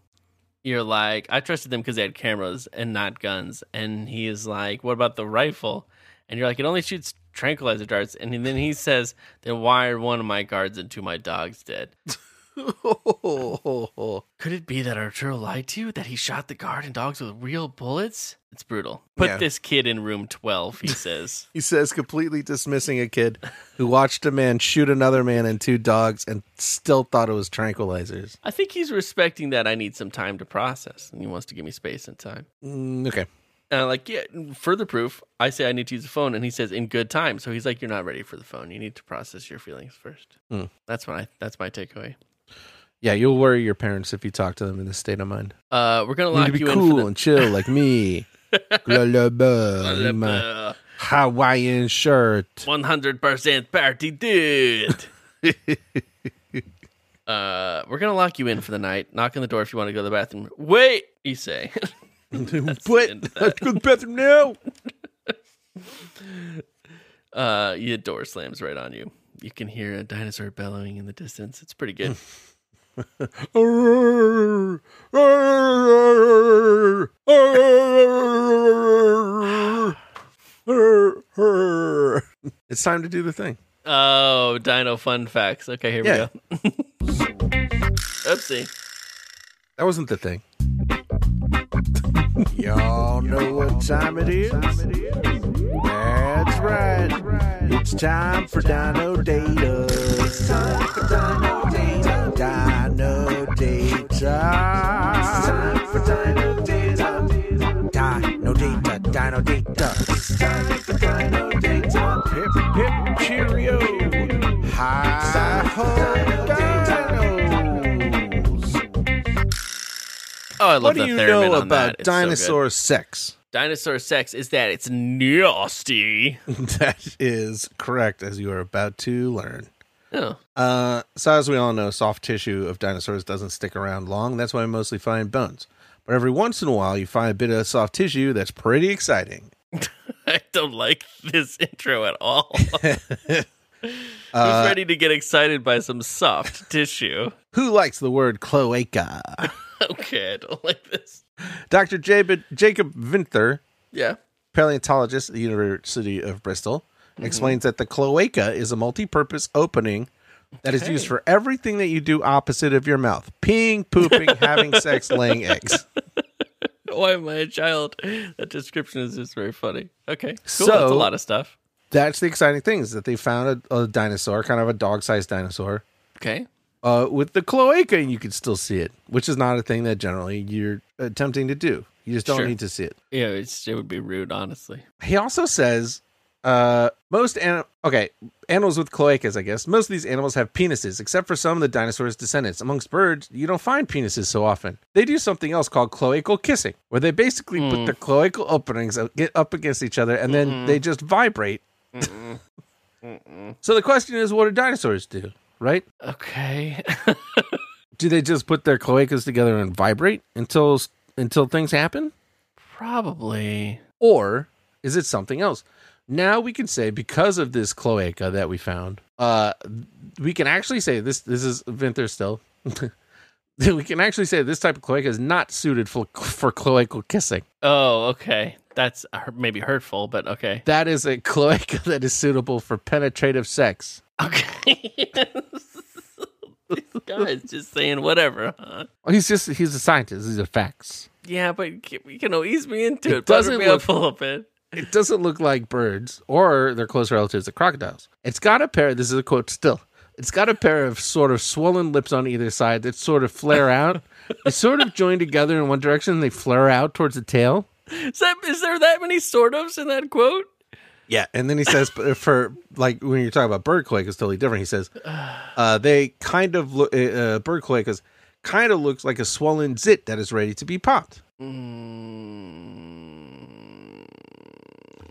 [SPEAKER 2] You're like, I trusted them because they had cameras and not guns, and he is like, what about the rifle? And you're like, it only shoots tranquilizer darts, and then he says, then why are one of my guards and two of my dogs dead? Could it be that Arturo lied to you? That he shot the guard and dogs with real bullets? It's brutal. Put
[SPEAKER 3] Yeah.
[SPEAKER 2] this kid in room 12, he says.
[SPEAKER 3] He says, completely dismissing a kid who watched a man shoot another man and two dogs and still thought it was tranquilizers.
[SPEAKER 2] I think he's respecting that I need some time to process, and he wants to give me space and time.
[SPEAKER 3] Mm, okay.
[SPEAKER 2] And I'm like, yeah, further proof, I say I need to use the phone, and he says, in good time. So he's like, you're not ready for the phone. You need to process your feelings first.
[SPEAKER 3] Hmm.
[SPEAKER 2] That's, what I, that's my takeaway.
[SPEAKER 3] Yeah, you'll worry your parents if you talk to them in this state of mind.
[SPEAKER 2] Uh, we're gonna
[SPEAKER 3] You need
[SPEAKER 2] lock
[SPEAKER 3] to be
[SPEAKER 2] you
[SPEAKER 3] cool
[SPEAKER 2] in
[SPEAKER 3] and chill like me.
[SPEAKER 2] for
[SPEAKER 3] Lullaby, my
[SPEAKER 2] the
[SPEAKER 3] Hawaiian shirt.
[SPEAKER 2] one hundred percent party dude. uh, we're gonna lock you in for the night. Knock on the door if you want to go to the bathroom. Wait, you say.
[SPEAKER 3] What?
[SPEAKER 2] end of that.
[SPEAKER 3] I have to go to the bathroom now.
[SPEAKER 2] Uh, your door slams right on you. You can hear a dinosaur bellowing in the distance. It's pretty good.
[SPEAKER 3] It's time to do the thing.
[SPEAKER 2] Oh, dino fun facts. Okay, here
[SPEAKER 3] Yeah.
[SPEAKER 2] we go. Oopsie.
[SPEAKER 3] That wasn't the thing. Y'all know what time it is? That's right. It's time for Dino Data. It's time for Dino Data. Dino Data. It's time for Dino Data. Dino Data. Dino Data. It's time for Dino Data. Pip, pip, cheerio. Hi, ho, dinos.
[SPEAKER 2] Oh, I love
[SPEAKER 3] What
[SPEAKER 2] the
[SPEAKER 3] do you
[SPEAKER 2] theremin
[SPEAKER 3] know
[SPEAKER 2] on that.
[SPEAKER 3] about
[SPEAKER 2] It's so good.
[SPEAKER 3] dinosaur sex?
[SPEAKER 2] dinosaur sex is that it's nasty.
[SPEAKER 3] that is correct, as you are about to learn.
[SPEAKER 2] Oh,
[SPEAKER 3] Uh, so, as we all know, soft tissue of dinosaurs doesn't stick around long. That's why we mostly find bones. But every once in a while, you find a bit of soft tissue that's pretty exciting.
[SPEAKER 2] I don't like this intro at all. Who's ready to get excited by some soft tissue?
[SPEAKER 3] Who likes the word cloaca?
[SPEAKER 2] Okay, I don't like this.
[SPEAKER 3] Dr. Jacob, Jacob Vinther,
[SPEAKER 2] Yeah.
[SPEAKER 3] paleontologist at the University of Bristol, explains that the cloaca is a multi purpose opening that is used for everything that you do opposite of your mouth peeing, pooping, having sex, laying eggs.
[SPEAKER 2] Why am I a child? That description is just very funny. Okay, cool. that's a
[SPEAKER 3] So-
[SPEAKER 2] lot of stuff.
[SPEAKER 3] That's the exciting thing is that they found a, a dinosaur, kind of a dog sized dinosaur,
[SPEAKER 2] Okay.
[SPEAKER 3] uh, with the cloaca, and you can still see it, which is not a thing that generally you're attempting to do. You just don't
[SPEAKER 2] Sure.
[SPEAKER 3] need to see it.
[SPEAKER 2] Yeah, it's, it would be rude, honestly.
[SPEAKER 3] He also says uh, most anim- okay animals with cloacas, I guess. Most of these animals have penises, except for some of the dinosaurs' descendants. Amongst birds, you don't find penises so often. They do something else called cloacal kissing, where they basically put their cloacal openings up- get up against each other, and then they just vibrate. so the question is, what do dinosaurs do? Right?
[SPEAKER 2] Okay.
[SPEAKER 3] Do they just put their cloacas together and vibrate until until things happen?
[SPEAKER 2] Probably.
[SPEAKER 3] or is it something else? Now we can say because of this cloaca that we found, uh, we can actually say this. This is Vinther still. we can actually say this type of cloaca is not suited for for cloacal kissing.
[SPEAKER 2] Oh, okay. That's uh, maybe hurtful, but okay.
[SPEAKER 3] That is a cloaca that is suitable for penetrative sex.
[SPEAKER 2] Okay. This guy's just saying whatever, huh?
[SPEAKER 3] He's just he's a scientist. These are facts.
[SPEAKER 2] Yeah, but c- you can ease me into it.
[SPEAKER 3] It
[SPEAKER 2] It
[SPEAKER 3] doesn't
[SPEAKER 2] doesn't me up
[SPEAKER 3] look-
[SPEAKER 2] a little bit.
[SPEAKER 3] It doesn't look like birds or their close relatives, the crocodiles. It's got a pair. This is a quote still. It's got a pair of sort of swollen lips on either side that sort of flare out. they sort of join together in one direction. And they flare out towards the tail.
[SPEAKER 2] Is, that, is there that many sort ofs in that quote?
[SPEAKER 3] Yeah, and then he says but for like when you're talking about bird cloaca, it's totally different. He says uh, they kind of look uh, uh, bird cloacas kind of looks like a swollen zit that is ready to be popped.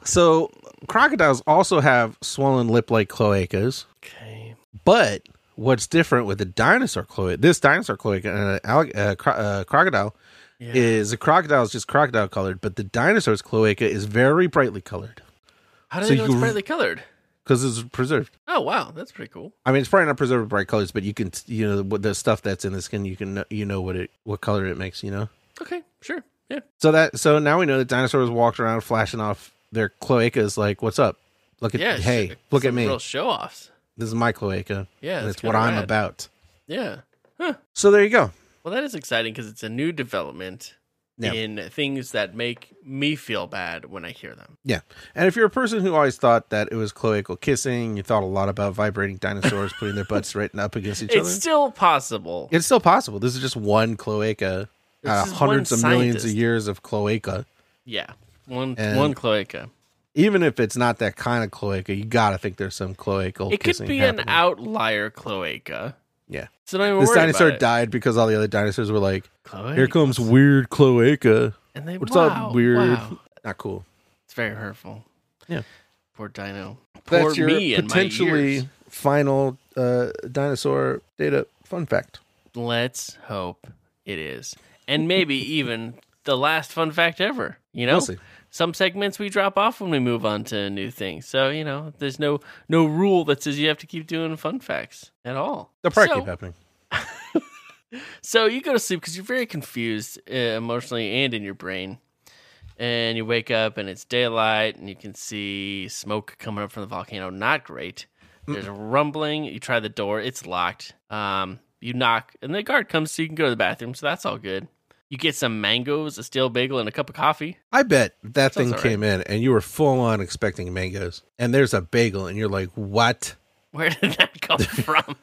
[SPEAKER 3] So crocodiles also have swollen lip-like cloacas.
[SPEAKER 2] Okay.
[SPEAKER 3] But what's different with the dinosaur cloaca, this dinosaur cloaca, uh, allig- uh, cro- uh, crocodile, is the crocodile is just crocodile colored, but the dinosaur's cloaca is very brightly colored
[SPEAKER 2] How do
[SPEAKER 3] So
[SPEAKER 2] they know it's
[SPEAKER 3] you-
[SPEAKER 2] brightly colored?
[SPEAKER 3] because it's preserved.
[SPEAKER 2] Oh, wow. That's pretty cool.
[SPEAKER 3] I mean, it's probably not preserved with bright colors, but you can, t- you know, what the stuff that's in the skin, you can, kn- you know what it, what color it makes, you know.
[SPEAKER 2] Okay, sure. Yeah.
[SPEAKER 3] So that, so now we know that dinosaurs walked around flashing off their cloacas, like, what's up? Look at,
[SPEAKER 2] Yeah.
[SPEAKER 3] hey,
[SPEAKER 2] sure.
[SPEAKER 3] look at
[SPEAKER 2] Some
[SPEAKER 3] me.
[SPEAKER 2] Real show offs.
[SPEAKER 3] This is my cloaca.
[SPEAKER 2] Yeah,
[SPEAKER 3] and
[SPEAKER 2] that's
[SPEAKER 3] it's what
[SPEAKER 2] kinda
[SPEAKER 3] I'm
[SPEAKER 2] rad.
[SPEAKER 3] about.
[SPEAKER 2] Yeah.
[SPEAKER 3] So there you go.
[SPEAKER 2] Well, that is exciting because it's a new development
[SPEAKER 3] Yeah.
[SPEAKER 2] in things that make me feel bad when I hear them.
[SPEAKER 3] Yeah. And if you're a person who always thought that it was cloacal kissing, you thought a lot about vibrating dinosaurs putting their butts right up against each
[SPEAKER 2] It's
[SPEAKER 3] other.
[SPEAKER 2] still possible.
[SPEAKER 3] it's still possible. This is just one cloaca
[SPEAKER 2] This
[SPEAKER 3] out of
[SPEAKER 2] is one
[SPEAKER 3] hundreds of millions of
[SPEAKER 2] scientist.
[SPEAKER 3] years of cloaca.
[SPEAKER 2] Yeah. One
[SPEAKER 3] And-
[SPEAKER 2] one cloaca.
[SPEAKER 3] Even if it's not that kind of cloaca, you got to think there's some cloacal
[SPEAKER 2] It could
[SPEAKER 3] kissing
[SPEAKER 2] be an
[SPEAKER 3] happening.
[SPEAKER 2] outlier cloaca.
[SPEAKER 3] Yeah.
[SPEAKER 2] So don't even
[SPEAKER 3] This
[SPEAKER 2] worry
[SPEAKER 3] dinosaur
[SPEAKER 2] about it.
[SPEAKER 3] died because all the other dinosaurs were like,
[SPEAKER 2] Chloe.
[SPEAKER 3] "Here comes weird cloaca."
[SPEAKER 2] And they,
[SPEAKER 3] What's
[SPEAKER 2] wow,
[SPEAKER 3] up, weird?
[SPEAKER 2] wow.
[SPEAKER 3] Not cool.
[SPEAKER 2] It's very hurtful.
[SPEAKER 3] Yeah.
[SPEAKER 2] Poor dino. Poor
[SPEAKER 3] That's your
[SPEAKER 2] me and my
[SPEAKER 3] potentially
[SPEAKER 2] ears.
[SPEAKER 3] final uh, dinosaur data fun fact.
[SPEAKER 2] Let's hope it is. And maybe even the last fun fact ever. You know?
[SPEAKER 3] We'll see.
[SPEAKER 2] Some segments we drop off when we move on to new things. So, you know, there's no no rule that says you have to keep doing fun facts at all.
[SPEAKER 3] The part
[SPEAKER 2] So-
[SPEAKER 3] keep happening.
[SPEAKER 2] So you go to sleep because you're very confused uh, emotionally and in your brain. And you wake up and it's daylight and you can see smoke coming up from the volcano. Not great. There's a rumbling. You try the door, it's locked. Um, you knock and the guard comes so you can go to the bathroom. So that's all good. You get some mangoes, a stale bagel, and a cup of coffee.
[SPEAKER 3] I bet that thing
[SPEAKER 2] all right.
[SPEAKER 3] came in and you were full on expecting mangoes, and there's a bagel, and you're like, "What?
[SPEAKER 2] Where did that come from?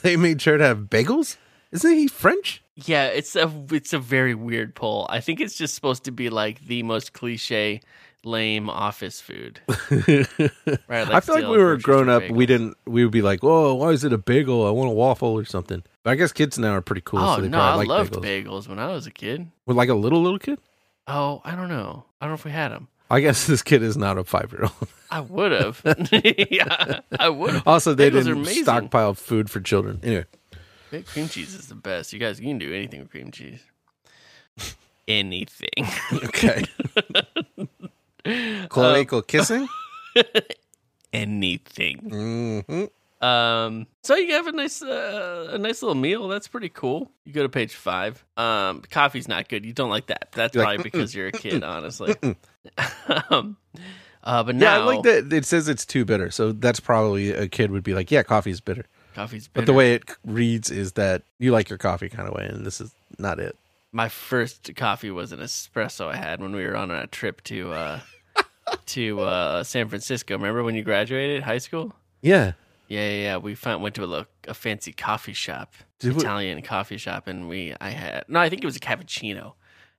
[SPEAKER 3] they made sure to have bagels? Isn't he French?"
[SPEAKER 2] yeah, it's a it's a very weird poll. I think it's just supposed to be like the most cliche, lame office food. Right,
[SPEAKER 3] I feel like
[SPEAKER 2] stale
[SPEAKER 3] we were
[SPEAKER 2] grocery
[SPEAKER 3] grown
[SPEAKER 2] store
[SPEAKER 3] up,
[SPEAKER 2] bagels.
[SPEAKER 3] we didn't, we would be like, "Whoa, why is it a bagel? I want a waffel or something." But I guess kids now are pretty cool.
[SPEAKER 2] Oh
[SPEAKER 3] so they
[SPEAKER 2] no, I
[SPEAKER 3] probably like
[SPEAKER 2] loved
[SPEAKER 3] bagels.
[SPEAKER 2] bagels. when I was a kid.
[SPEAKER 3] With like a little little kid.
[SPEAKER 2] Oh, I don't know. I don't know if we had them.
[SPEAKER 3] I guess this kid is not a five year old.
[SPEAKER 2] I would have. yeah, I would have.
[SPEAKER 3] Also, they
[SPEAKER 2] Bagels are
[SPEAKER 3] didn't
[SPEAKER 2] amazing.
[SPEAKER 3] stockpile food for children. Anyway,
[SPEAKER 2] Big cream cheese is the best. You guys, you can do anything with cream cheese. Anything.
[SPEAKER 3] okay.
[SPEAKER 2] Uh,
[SPEAKER 3] Cloacal kissing.
[SPEAKER 2] anything.
[SPEAKER 3] hmm
[SPEAKER 2] Um, so you have a nice, uh, a nice little meal. That's pretty cool. You go to page five. Um, coffee's not good. You don't like that. That's
[SPEAKER 3] You're like,
[SPEAKER 2] probably because you're a kid, honestly. um, uh, but
[SPEAKER 3] Yeah,
[SPEAKER 2] now
[SPEAKER 3] I like that. It says it's too bitter, so that's probably a kid would be like, "Yeah, coffee's bitter."
[SPEAKER 2] coffee's bitter.
[SPEAKER 3] But the way it reads is that you like your coffee kind of way, and this is not it.
[SPEAKER 2] my first coffee was an espresso I had when we were on a trip to uh, to uh, San Francisco. Remember when you graduated high school?
[SPEAKER 3] Yeah,
[SPEAKER 2] Yeah, yeah, yeah. We found, went to a, lo- a fancy coffee shop,
[SPEAKER 3] Did we-
[SPEAKER 2] Italian coffee shop, and we I had no, I think it was a cappuccino,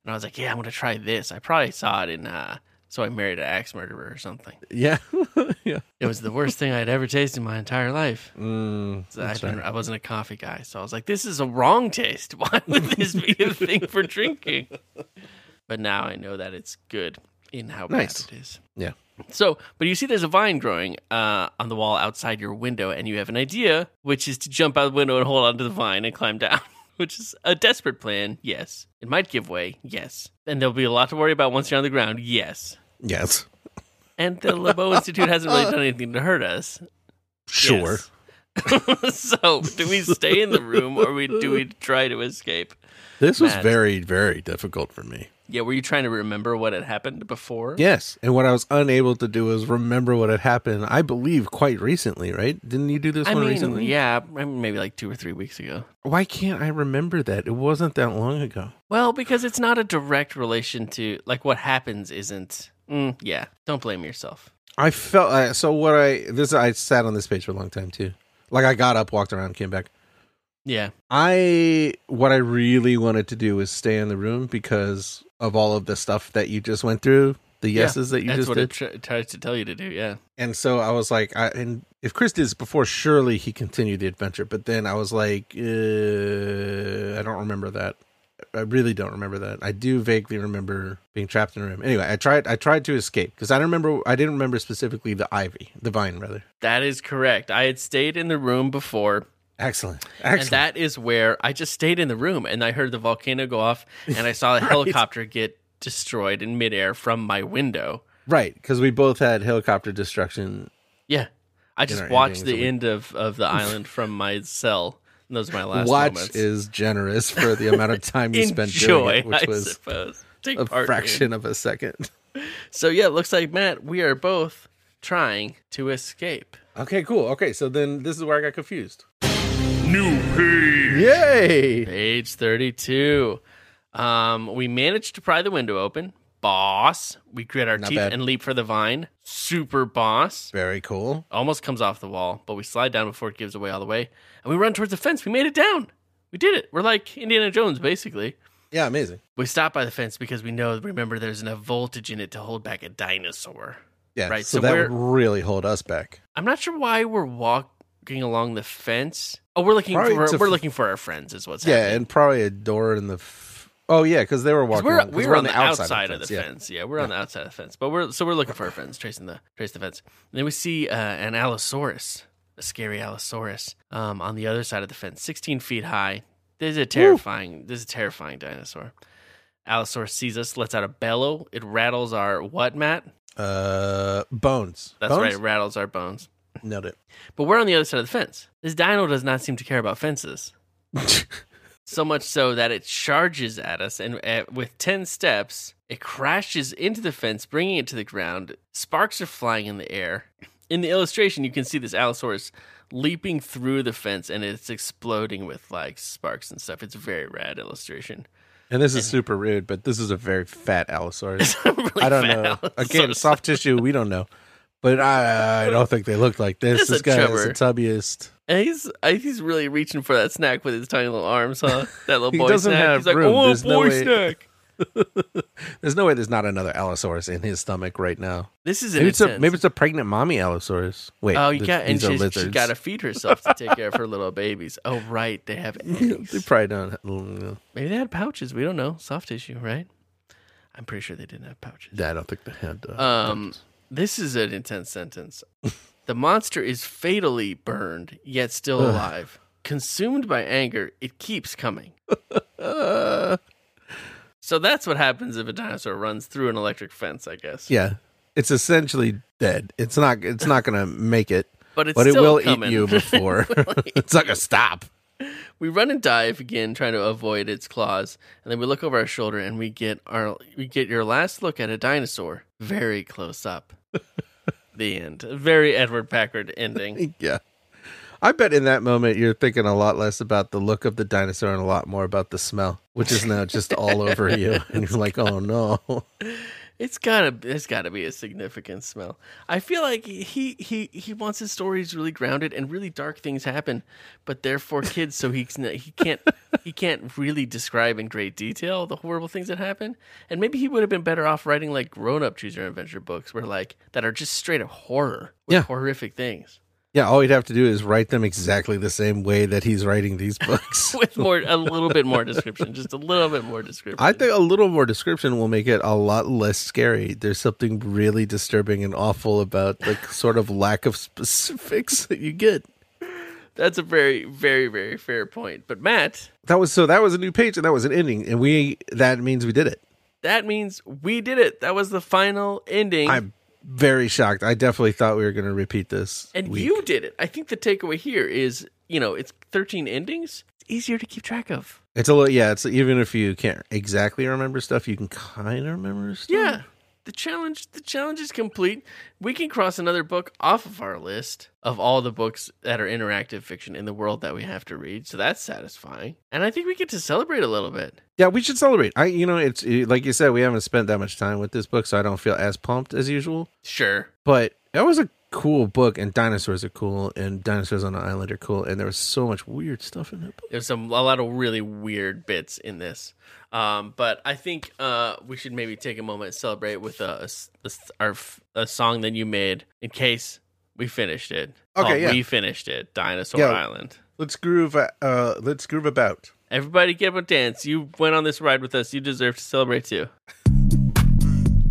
[SPEAKER 2] and I was like, yeah, I'm gonna try this. I probably saw it in uh, so I married an axe murderer or something.
[SPEAKER 3] yeah, yeah.
[SPEAKER 2] It was the worst thing I'd ever tasted in my entire life.
[SPEAKER 3] Mm,
[SPEAKER 2] So I've been, I wasn't a coffee guy, so I was like, "This is a wrong taste. Why would this be a thing for drinking?" But now I know that it's good in how
[SPEAKER 3] Nice.
[SPEAKER 2] bad it is.
[SPEAKER 3] Yeah.
[SPEAKER 2] So, but you see, there's a vine growing uh, on the wall outside your window, and you have an idea, which is to jump out the window and hold onto the vine and climb down. Which is a desperate plan, yes. It might give way, yes. And there'll be a lot to worry about once you're on the ground, yes.
[SPEAKER 3] yes,
[SPEAKER 2] And the LeBeau Institute hasn't really done anything to hurt us,
[SPEAKER 3] sure.
[SPEAKER 2] Yes. so, do we stay in the room or we do we try to escape?
[SPEAKER 3] This was
[SPEAKER 2] Matt.
[SPEAKER 3] very, very difficult for me.
[SPEAKER 2] Yeah, were you trying to remember what had happened before?
[SPEAKER 3] Yes, and what I was unable to do is remember what had happened. I believe quite recently, right? Didn't you do this
[SPEAKER 2] I
[SPEAKER 3] one
[SPEAKER 2] mean,
[SPEAKER 3] recently?
[SPEAKER 2] yeah, I mean, maybe like two or three weeks ago.
[SPEAKER 3] Why can't I remember that? It wasn't that long ago.
[SPEAKER 2] Well, because it's not a direct relation to like what happens isn't. Mm, yeah, don't blame yourself.
[SPEAKER 3] I felt uh, so. What I this I sat on this page for a long time too. Like I got up, walked around, came back.
[SPEAKER 2] Yeah,
[SPEAKER 3] I what I really wanted to do was stay in the room because of all of the stuff that you just went through, the
[SPEAKER 2] Yeah,
[SPEAKER 3] yeses that you
[SPEAKER 2] that's
[SPEAKER 3] just
[SPEAKER 2] what it
[SPEAKER 3] did.
[SPEAKER 2] tr- tries to tell you to do. Yeah,
[SPEAKER 3] and so I was like, I, and if Chris did this before, surely he continued the adventure. But then I was like, uh, I don't remember that. I really don't remember that. I do vaguely remember being trapped in a room. Anyway, I tried. I tried to escape because I don't remember. I didn't remember specifically the ivy, the vine, rather.
[SPEAKER 2] that is correct. I had stayed in the room before.
[SPEAKER 3] Excellent. Excellent.
[SPEAKER 2] And that is where I just stayed in the room and I heard the volcano go off and I saw the helicopter get destroyed in midair from my window.
[SPEAKER 3] right, because we both had helicopter destruction.
[SPEAKER 2] Yeah. I
[SPEAKER 3] our
[SPEAKER 2] just
[SPEAKER 3] endings
[SPEAKER 2] watched
[SPEAKER 3] that
[SPEAKER 2] the
[SPEAKER 3] we-
[SPEAKER 2] end of, of the island from my cell. And those are my last
[SPEAKER 3] Watch
[SPEAKER 2] moments.
[SPEAKER 3] is generous for the amount of time you spent doing
[SPEAKER 2] Enjoy,
[SPEAKER 3] it, which
[SPEAKER 2] I
[SPEAKER 3] was
[SPEAKER 2] suppose. Take
[SPEAKER 3] a
[SPEAKER 2] part in it.
[SPEAKER 3] fraction of a second.
[SPEAKER 2] So yeah, it looks like Matt, we are both trying to escape.
[SPEAKER 3] Okay, cool. Okay, so then this is where I got confused.
[SPEAKER 1] New page.
[SPEAKER 3] Yay!
[SPEAKER 2] Page 32. Um, we managed to pry the window open. Boss. We grit our teeth
[SPEAKER 3] bad.
[SPEAKER 2] and leap for the vine. Super boss.
[SPEAKER 3] Very cool.
[SPEAKER 2] Almost comes off the wall, but we slide down before it gives away all the way. And we run towards the fence. We made it down. We did it. We're like Indiana Jones, basically.
[SPEAKER 3] Yeah, amazing.
[SPEAKER 2] We stop by the fence because we know, remember, there's enough voltage in it to hold back a dinosaur.
[SPEAKER 3] Yeah,
[SPEAKER 2] Right,
[SPEAKER 3] So
[SPEAKER 2] so
[SPEAKER 3] that
[SPEAKER 2] we're-
[SPEAKER 3] would really hold us back.
[SPEAKER 2] I'm not sure why we're walk looking along the fence. Oh, we're looking
[SPEAKER 3] Probably
[SPEAKER 2] for
[SPEAKER 3] to
[SPEAKER 2] we're
[SPEAKER 3] f-
[SPEAKER 2] looking for our friends. Is what's
[SPEAKER 3] Yeah,
[SPEAKER 2] happening.
[SPEAKER 3] and probably a door in the. F- oh yeah, because they were walking.
[SPEAKER 2] we're,
[SPEAKER 3] along- 'cause
[SPEAKER 2] we're, on the outside, of the
[SPEAKER 3] yeah.
[SPEAKER 2] fence. Yeah, we're on the outside of the fence. But we're so we're looking for our friends, tracing the trace the fence. And then we see uh, an allosaurus, a scary allosaurus, um, on the other side of the fence, sixteen feet high. This is a terrifying. This is a terrifying dinosaur. Allosaurus sees us, lets out a bellow. It rattles our what, Matt?
[SPEAKER 3] Uh, bones.
[SPEAKER 2] That's right. It rattles our bones.
[SPEAKER 3] right. Nailed it.
[SPEAKER 2] But we're on the other side of the fence. This dino does not seem to care about fences. so much so that it charges at us, and uh, with 10 steps, it crashes into the fence, bringing it to the ground. Sparks are flying in the air. In the illustration, you can see this Allosaurus leaping through the fence and it's exploding with like sparks and stuff. It's a very rad illustration.
[SPEAKER 3] And this is super rude, but this is a very fat allosaurus.
[SPEAKER 2] Really
[SPEAKER 3] I don't
[SPEAKER 2] fat
[SPEAKER 3] know. Again,
[SPEAKER 2] Allosaurus.
[SPEAKER 3] soft tissue. We don't know, but I, I don't think they look like this.
[SPEAKER 2] This
[SPEAKER 3] This,
[SPEAKER 2] is
[SPEAKER 3] guy is
[SPEAKER 2] Trevor.
[SPEAKER 3] the tubbiest.
[SPEAKER 2] And he's I- he's really reaching for that snack with his tiny little arms, huh? That little
[SPEAKER 3] He
[SPEAKER 2] boy
[SPEAKER 3] doesn't
[SPEAKER 2] snack.
[SPEAKER 3] have
[SPEAKER 2] he's like,
[SPEAKER 3] room.
[SPEAKER 2] oh,
[SPEAKER 3] There's no
[SPEAKER 2] boy
[SPEAKER 3] way-
[SPEAKER 2] snack.
[SPEAKER 3] There's no way there's not another allosaurus in his stomach right now.
[SPEAKER 2] This is
[SPEAKER 3] Maybe it's a
[SPEAKER 2] intense.
[SPEAKER 3] maybe it's a pregnant mommy allosaurus. Wait,
[SPEAKER 2] Oh, you
[SPEAKER 3] th-
[SPEAKER 2] got and
[SPEAKER 3] these are
[SPEAKER 2] she's, she's
[SPEAKER 3] lizards.
[SPEAKER 2] got to feed herself to take care of her little babies. Oh, right, they have
[SPEAKER 3] They
[SPEAKER 2] eggs.
[SPEAKER 3] probably don't. mm,
[SPEAKER 2] Maybe they had pouches. We don't know. Soft tissue, right? I'm pretty sure they didn't have pouches.
[SPEAKER 3] no, I don't think they had. Uh,
[SPEAKER 2] Um, this is an intense sentence. the monster is fatally burned, yet still alive. Consumed by anger, it keeps coming. so that's what happens if a dinosaur runs through an electric fence, I guess.
[SPEAKER 3] yeah, it's essentially dead. It's not. It's not going to make it,
[SPEAKER 2] But it's
[SPEAKER 3] but it
[SPEAKER 2] still
[SPEAKER 3] will
[SPEAKER 2] coming.
[SPEAKER 3] eat you before. it's not going to stop.
[SPEAKER 2] we run and dive again, trying to avoid its claws, and then we look over our shoulder and we get our we get your last look at a dinosaur very close up. the end. Very Edward Packard ending.
[SPEAKER 3] Yeah. I bet in that moment you're thinking a lot less about the look of the dinosaur and a lot more about the smell, which is now just all over you. And you're like, oh no.
[SPEAKER 2] It's gotta it's gotta be a significant smell. I feel like he he he wants his stories really grounded and really dark things happen, but they're for kids, so he can- he can't he can't really describe in great detail the horrible things that happen. And maybe he would have been better off writing like grown up choose your own adventure books, where like that are just straight up horror, with
[SPEAKER 3] Yeah.
[SPEAKER 2] horrific things
[SPEAKER 3] Yeah, all he'd have to do is write them exactly the same way that he's writing these books.
[SPEAKER 2] with more a little bit more description, just a little bit more description.
[SPEAKER 3] I think a little more description will make it a lot less scary. There's something really disturbing and awful about the sort of lack of specifics that you get.
[SPEAKER 2] that's a very very very fair point. But Matt,
[SPEAKER 3] That was so that was a new page and that was an ending and we that means we did it.
[SPEAKER 2] that means we did it. That was the final ending.
[SPEAKER 3] I'm very shocked. I definitely thought we were going to repeat this.
[SPEAKER 2] And
[SPEAKER 3] week.
[SPEAKER 2] you did it. I think the takeaway here is, you know, it's 13 endings. It's easier to keep track of.
[SPEAKER 3] It's a little, yeah. It's even if you can't exactly remember stuff, you can kind of remember stuff.
[SPEAKER 2] Yeah. The challenge the challenge is complete. We can cross another book off of our list of all the books that are interactive fiction in the world that we have to read. So that's satisfying. And I think we get to celebrate a little bit.
[SPEAKER 3] yeah. We should celebrate. I, you know, it's it- like you said, we haven't spent that much time with this book, so I don't feel as pumped as usual.
[SPEAKER 2] Sure.
[SPEAKER 3] But that was a cool book, and dinosaurs are cool, and dinosaurs on an island are cool, and there was so much weird stuff in that book.
[SPEAKER 2] There's some a lot of really weird bits in this, um, but I think uh, we should maybe take a moment and celebrate with a, a s- a s- our f- a song that you made in case we finished it.
[SPEAKER 3] Okay,
[SPEAKER 2] Called
[SPEAKER 3] yeah.
[SPEAKER 2] we finished it. Dinosaur
[SPEAKER 3] Yeah.
[SPEAKER 2] Island.
[SPEAKER 3] Let's groove. uh, Uh, let's groove about.
[SPEAKER 2] Everybody, give a dance. You went on this ride with us. You deserve to celebrate too.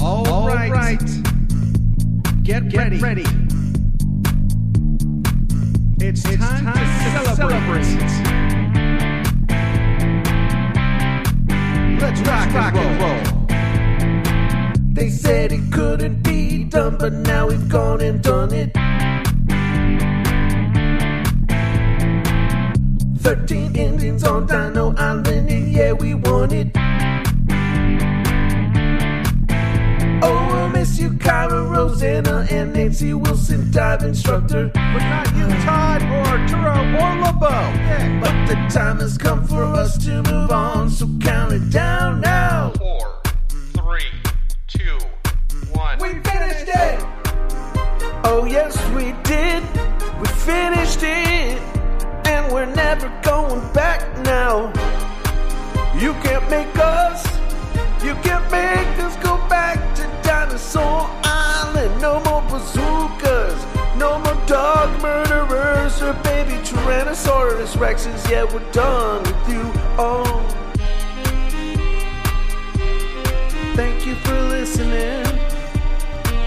[SPEAKER 4] All right. Get, ready. It's, time, to celebrate. Let's rock, and roll.
[SPEAKER 3] They said it couldn't be done, but now we've gone and done it.
[SPEAKER 5] 13 Indians on Dino Island, and yeah, we won it. Oh, we'll miss you, Kyra, Rosanna, and Nancy Wilson, dive instructor.
[SPEAKER 4] But not you, Todd, or Turo, or Lobo.
[SPEAKER 5] But the time has come for us to move on, so count it down now.
[SPEAKER 6] four, three, two, one.
[SPEAKER 5] We finished it! Oh, yes, we did. We finished it. And we're never going back now. You can't make us. You can't make us go back to Dinosaur Island. No more bazookas. No more dog murderers or You're a baby Tyrannosaurus Rexes. Yeah, we're done with you. Oh. Thank you for listening.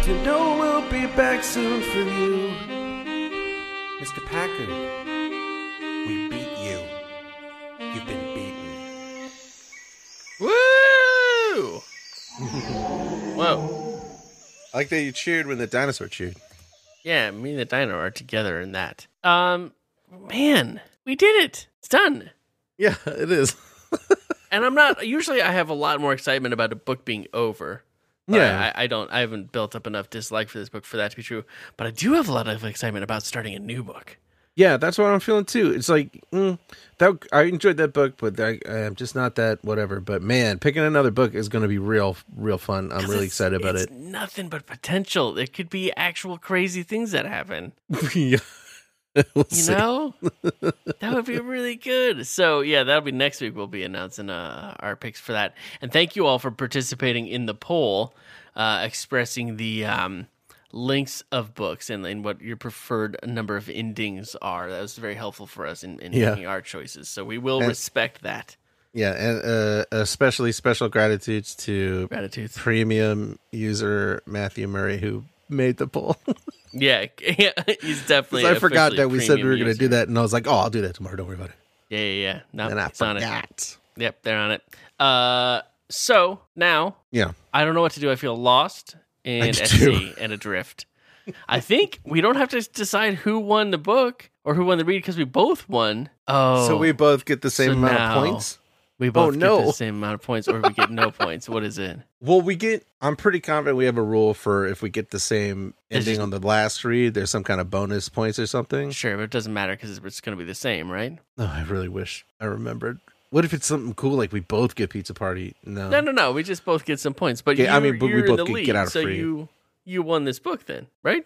[SPEAKER 5] You know we'll be back soon for you. Mr. Packard, we beat you. You've been beaten.
[SPEAKER 2] Woo! Whoa.
[SPEAKER 3] I like that you cheered when the dinosaur cheered.
[SPEAKER 2] Yeah, me and the dino are together in that. Um, man, we did it. It's done.
[SPEAKER 3] Yeah, it is.
[SPEAKER 2] And I'm not, usually I have a lot more excitement about a book being over. But
[SPEAKER 3] Yeah.
[SPEAKER 2] I, I don't, I haven't built up enough dislike for this book for that to be true. But I do have a lot of excitement about starting a new book.
[SPEAKER 3] Yeah, that's what I'm feeling too. It's like mm, that. I enjoyed that book, but I, I'm just not that whatever. But man, picking another book is going to be real, real fun. I'm really excited about
[SPEAKER 2] It's Nothing but potential. There could be actual crazy things that happen.
[SPEAKER 3] it. yeah, We'll
[SPEAKER 2] You
[SPEAKER 3] see.
[SPEAKER 2] know, that would be really good. So yeah, that'll be next week. We'll be announcing uh, our picks for that. And thank you all for participating in the poll, uh, expressing the um, links of books and, and what your preferred number of endings are. That was very helpful for us in, in
[SPEAKER 3] Yeah.
[SPEAKER 2] making our choices. So we will
[SPEAKER 3] And-
[SPEAKER 2] respect that.
[SPEAKER 3] Yeah, and uh, especially special gratitudes to
[SPEAKER 2] Gratitude.
[SPEAKER 3] premium user Matthew Murray who made the poll. 'Cause
[SPEAKER 2] Yeah, yeah, he's definitely.
[SPEAKER 3] I forgot
[SPEAKER 2] officially
[SPEAKER 3] that we said we
[SPEAKER 2] premium
[SPEAKER 3] were going to
[SPEAKER 2] user.
[SPEAKER 3] do that, and I was like, "Oh, I'll do that tomorrow. Don't worry about it."
[SPEAKER 2] Yeah, yeah, yeah. No,
[SPEAKER 3] And I
[SPEAKER 2] it's on it.
[SPEAKER 3] forgot.
[SPEAKER 2] Yep, they're on it. Uh, so now
[SPEAKER 3] Yeah,
[SPEAKER 2] I don't know what to do. I feel lost and
[SPEAKER 3] do
[SPEAKER 2] at
[SPEAKER 3] too.
[SPEAKER 2] sea and adrift. I think we don't have to decide who won the book or who won the read because we both won. Oh,
[SPEAKER 3] so we both get the same
[SPEAKER 2] So
[SPEAKER 3] amount
[SPEAKER 2] now-
[SPEAKER 3] of points.
[SPEAKER 2] we both
[SPEAKER 3] oh, no.
[SPEAKER 2] get the same amount of points, or we get no points. What is it?
[SPEAKER 3] Well, we get. I'm pretty confident we have a rule for if we get the same
[SPEAKER 2] It's
[SPEAKER 3] ending
[SPEAKER 2] just-
[SPEAKER 3] on the last read, there's some kind of bonus points or something.
[SPEAKER 2] Sure, but it doesn't matter because it's going to be the same, right?
[SPEAKER 3] No, Oh, I really wish I remembered. What if it's something cool like we both get pizza party? No,
[SPEAKER 2] No, no, no. We just both get some points. But
[SPEAKER 3] Yeah, I
[SPEAKER 2] you're-
[SPEAKER 3] mean, but we
[SPEAKER 2] you're in
[SPEAKER 3] both
[SPEAKER 2] the
[SPEAKER 3] could
[SPEAKER 2] lead,
[SPEAKER 3] get out of
[SPEAKER 2] so
[SPEAKER 3] free.
[SPEAKER 2] you you won this book then, right?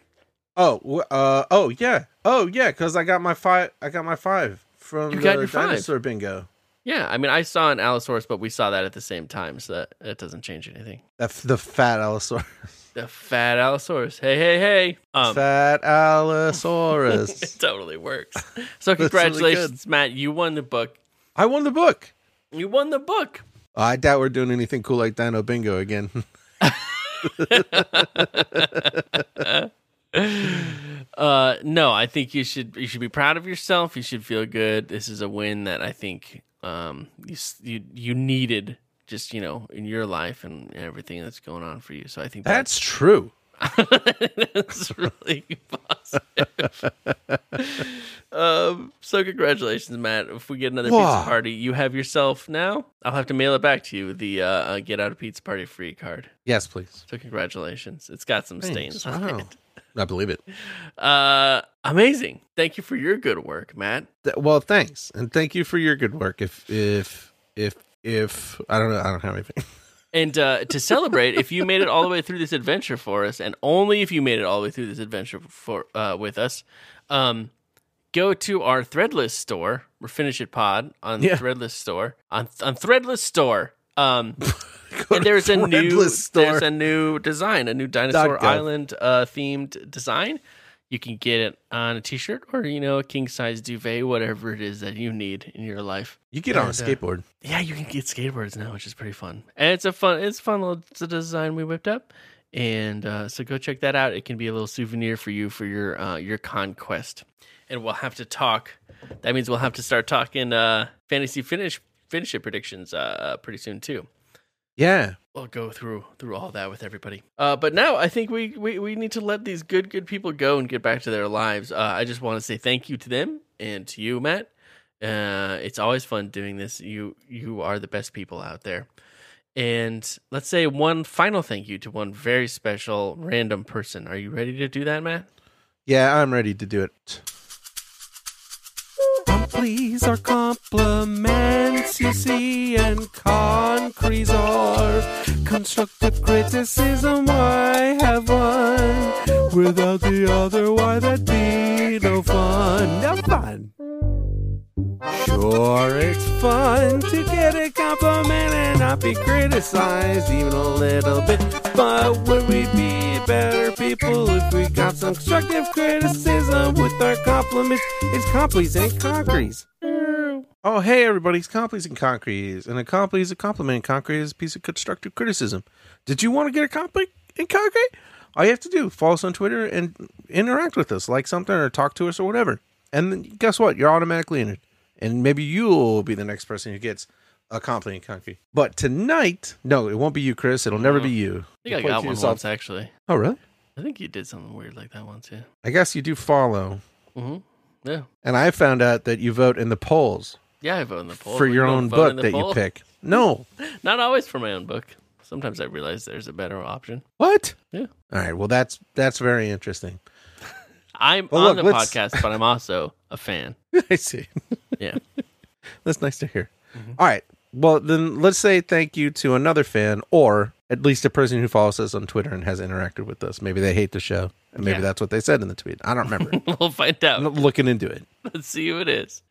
[SPEAKER 3] Oh, wh- uh, oh yeah, oh yeah, because I got my five. I got my five from
[SPEAKER 2] You
[SPEAKER 3] the
[SPEAKER 2] got your five.
[SPEAKER 3] dinosaur bingo.
[SPEAKER 2] Yeah, I mean, I saw an Allosaurus, but we saw that at the same time, so that, that doesn't change anything.
[SPEAKER 3] The, f- the fat allosaurus.
[SPEAKER 2] The fat Allosaurus. Hey, hey, hey. Um,
[SPEAKER 3] fat
[SPEAKER 2] It
[SPEAKER 3] allosaurus.
[SPEAKER 2] totally works. So
[SPEAKER 3] really
[SPEAKER 2] congratulations, Matt. You won the book.
[SPEAKER 3] I won the book.
[SPEAKER 2] You won the book.
[SPEAKER 3] I doubt we're doing anything cool like Dino Bingo again.
[SPEAKER 2] Uh, no, I think you should you should be proud of yourself. You should feel good. This is a win that I think um you s- you, you needed just you know in your life and everything that's going on for you. So I think
[SPEAKER 3] That's true.
[SPEAKER 2] that's really positive. um, so congratulations, Matt. If we get another
[SPEAKER 3] Wow.
[SPEAKER 2] pizza party, you have yourself now. I'll have to mail it back to you. The uh, uh, get out of pizza party free card.
[SPEAKER 3] Yes, please.
[SPEAKER 2] So congratulations. It's got some stains
[SPEAKER 3] Thanks.
[SPEAKER 2] on
[SPEAKER 3] Wow. I believe it.
[SPEAKER 2] it. Uh amazing. Thank you for your good work, Matt.
[SPEAKER 3] Th- well, thanks, and thank you for your good work. If if if if I don't know, I don't have anything.
[SPEAKER 2] And uh, to celebrate, if you made it all the way through this adventure for us, and only if you made it all the way through this adventure for uh, with us, um, go to our Threadless store. We're Finish It Pod on
[SPEAKER 3] Yeah.
[SPEAKER 2] Threadless store on on Threadless store. Um, and
[SPEAKER 3] Go to
[SPEAKER 2] there's a new
[SPEAKER 3] Threadless
[SPEAKER 2] there's a new design, a new dinosaur
[SPEAKER 3] gov.
[SPEAKER 2] island uh, themed design. You can get it on a t-shirt or you know a king size duvet, whatever it is that you need in your life.
[SPEAKER 3] you get on a
[SPEAKER 2] and, uh,
[SPEAKER 3] skateboard.
[SPEAKER 2] Yeah, you can get skateboards now, which is pretty fun. And it's a fun, it's a fun little it's a design we whipped up, and uh, so go check that out. It can be a little souvenir for you for your uh, your conquest. And we'll have to talk. That means we'll have to start talking uh, fantasy finish finish it predictions uh, pretty soon too.
[SPEAKER 3] yeah,
[SPEAKER 2] We'll go through through all that with everybody. Uh, but now I think we, we we need to let these good good people go and get back to their lives. Uh, I just want to say thank you to them and to you, Matt. Uh, it's always fun doing this. You you are the best people out there. And let's say one final thank you to one very special random person. Are you ready to do that, Matt?
[SPEAKER 3] yeah, I'm ready to do it.
[SPEAKER 4] Please are compliments, you see, and concretes are constructive criticism. I have one without the other. Why that be no fun? No fun.
[SPEAKER 3] Sure, it's fun to get a compliment and not be criticized even a little bit. But would we be better people if we got some constructive criticism with our compliments? It's complies and concretes. Oh, hey, everybody, it's complies and concretes. And a comply is a compliment, and concrete is a piece of constructive criticism. Did you want to get a compliment in concrete? All you have to do, follow us on Twitter and interact with us, like something or talk to us or whatever. And then guess what? You're automatically entered. And maybe you'll be the next person who gets a compliment in concrete. But tonight, no, it won't be you, Chris. It'll never be
[SPEAKER 2] Mm.
[SPEAKER 3] you.
[SPEAKER 2] I think I got
[SPEAKER 3] You play to
[SPEAKER 2] one
[SPEAKER 3] yourself.
[SPEAKER 2] once actually.
[SPEAKER 3] Oh, really?
[SPEAKER 2] I think you did something weird like that once. Yeah.
[SPEAKER 3] I guess you do follow.
[SPEAKER 2] hmm Yeah.
[SPEAKER 3] And I found out that you vote in the polls
[SPEAKER 2] Yeah, I vote in the poll.
[SPEAKER 3] for
[SPEAKER 2] We
[SPEAKER 3] your
[SPEAKER 2] don't
[SPEAKER 3] own
[SPEAKER 2] vote in
[SPEAKER 3] book
[SPEAKER 2] the
[SPEAKER 3] that
[SPEAKER 2] poll.
[SPEAKER 3] you pick. No.
[SPEAKER 2] Not always for my own book. Sometimes I realize there's a better option.
[SPEAKER 3] What?
[SPEAKER 2] Yeah.
[SPEAKER 3] All right. Well, that's that's very interesting.
[SPEAKER 2] I'm
[SPEAKER 3] Well,
[SPEAKER 2] on
[SPEAKER 3] look,
[SPEAKER 2] the
[SPEAKER 3] let's-
[SPEAKER 2] podcast, but I'm also a fan.
[SPEAKER 3] I see.
[SPEAKER 2] Yeah.
[SPEAKER 3] That's nice to hear. All right. Well, then let's say thank you to another fan or at least a person who follows us on Twitter and has interacted with us. Maybe they hate the show. And maybe
[SPEAKER 2] Yeah.
[SPEAKER 3] that's what they said in the tweet. I don't remember.
[SPEAKER 2] we'll find
[SPEAKER 3] I'm
[SPEAKER 2] out.
[SPEAKER 3] not looking into it.
[SPEAKER 2] Let's see who it is.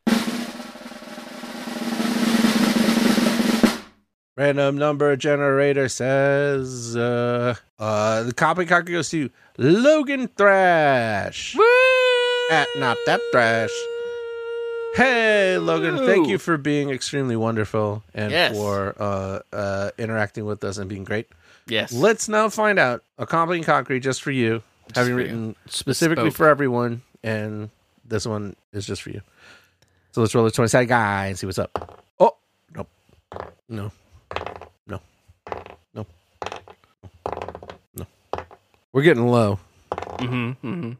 [SPEAKER 3] Random number generator says uh, uh, the copy cock goes to Logan Thrash. At not that thrash. Hey Logan, thank you for being extremely wonderful and
[SPEAKER 2] Yes.
[SPEAKER 3] for uh, uh, interacting with us and being great.
[SPEAKER 2] Yes.
[SPEAKER 3] Let's now find out a comedy and concrete just for you, having
[SPEAKER 2] for you.
[SPEAKER 3] written specifically
[SPEAKER 2] Bespoke.
[SPEAKER 3] for everyone, and this one is just for you. So let's roll the twenty side guy and see what's up. Oh nope, no, no, no, no. We're getting low.
[SPEAKER 2] Mm-hmm,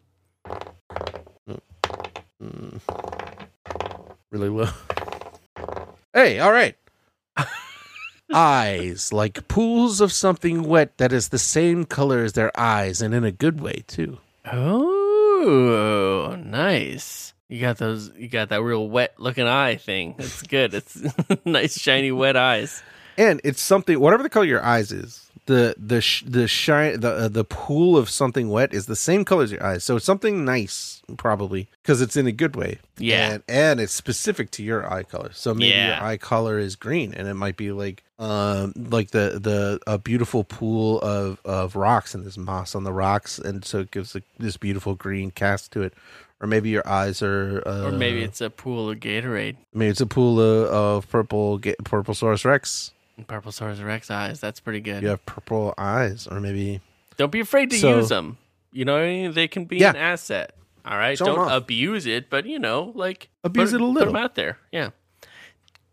[SPEAKER 2] mm-hmm.
[SPEAKER 3] really low. Hey, all right. eyes like pools of something wet that is the same color as their eyes, and in a good way too.
[SPEAKER 2] Oh, mm-hmm. nice. You got those. You got that real wet looking eye thing. That's good. It's nice, shiny, wet eyes.
[SPEAKER 3] And it's something, whatever the color of your eyes is, the the sh- the shine the uh, the pool of something wet is the same color as your eyes. So it's something nice, probably because it's in a good way.
[SPEAKER 2] Yeah.
[SPEAKER 3] and, and it's specific to your eye color. So maybe
[SPEAKER 2] Yeah.
[SPEAKER 3] your eye color is green, and it might be like um like the the a beautiful pool of of rocks and there's moss on the rocks, and so it gives like, this beautiful green cast to it. Or maybe your eyes are, uh,
[SPEAKER 2] Or maybe it's a pool of Gatorade.
[SPEAKER 3] maybe it's a pool of, of purple ga- purple source rex.
[SPEAKER 2] And Purple Stars Rex eyes. That's pretty good.
[SPEAKER 3] You have purple eyes, or maybe
[SPEAKER 2] Don't be afraid to use 'em.
[SPEAKER 3] So-
[SPEAKER 2] use them. You know, what I mean? they can be
[SPEAKER 3] Yeah.
[SPEAKER 2] an asset. All right,
[SPEAKER 3] Show 'em
[SPEAKER 2] don't
[SPEAKER 3] off.
[SPEAKER 2] abuse it, but you know, like
[SPEAKER 3] Abuse
[SPEAKER 2] put,
[SPEAKER 3] it a little.
[SPEAKER 2] Put them out there. Yeah,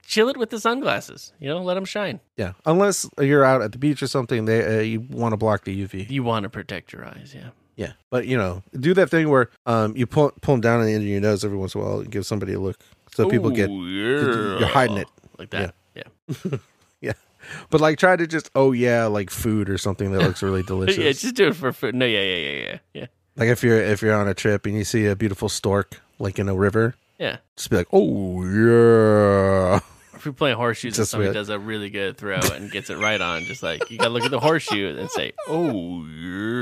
[SPEAKER 2] chill it with the sunglasses. You know, let them shine.
[SPEAKER 3] yeah. Unless you're out at the beach or something, they uh, you want to block the UV.
[SPEAKER 2] You want to protect your eyes. Yeah.
[SPEAKER 3] Yeah, but you know, do that thing where um you pull pull them down on the end of your nose every once in a while and give somebody a look, so people get.
[SPEAKER 2] Ooh,
[SPEAKER 3] you're hiding
[SPEAKER 2] yeah.
[SPEAKER 3] it.
[SPEAKER 2] like that. Yeah.
[SPEAKER 3] Yeah, but like try to just oh yeah like food or something that looks really delicious.
[SPEAKER 2] yeah, just do it for food. No, yeah, yeah, yeah, yeah, yeah,
[SPEAKER 3] like if you're if you're on a trip and you see a beautiful stork like in a river,
[SPEAKER 2] yeah.
[SPEAKER 3] just be like oh yeah.
[SPEAKER 2] If you're playing horseshoes and
[SPEAKER 3] Just
[SPEAKER 2] somebody
[SPEAKER 3] with-
[SPEAKER 2] does a really good throw and gets it right on, just like you gotta look at the horseshoe and say, "Oh yeah."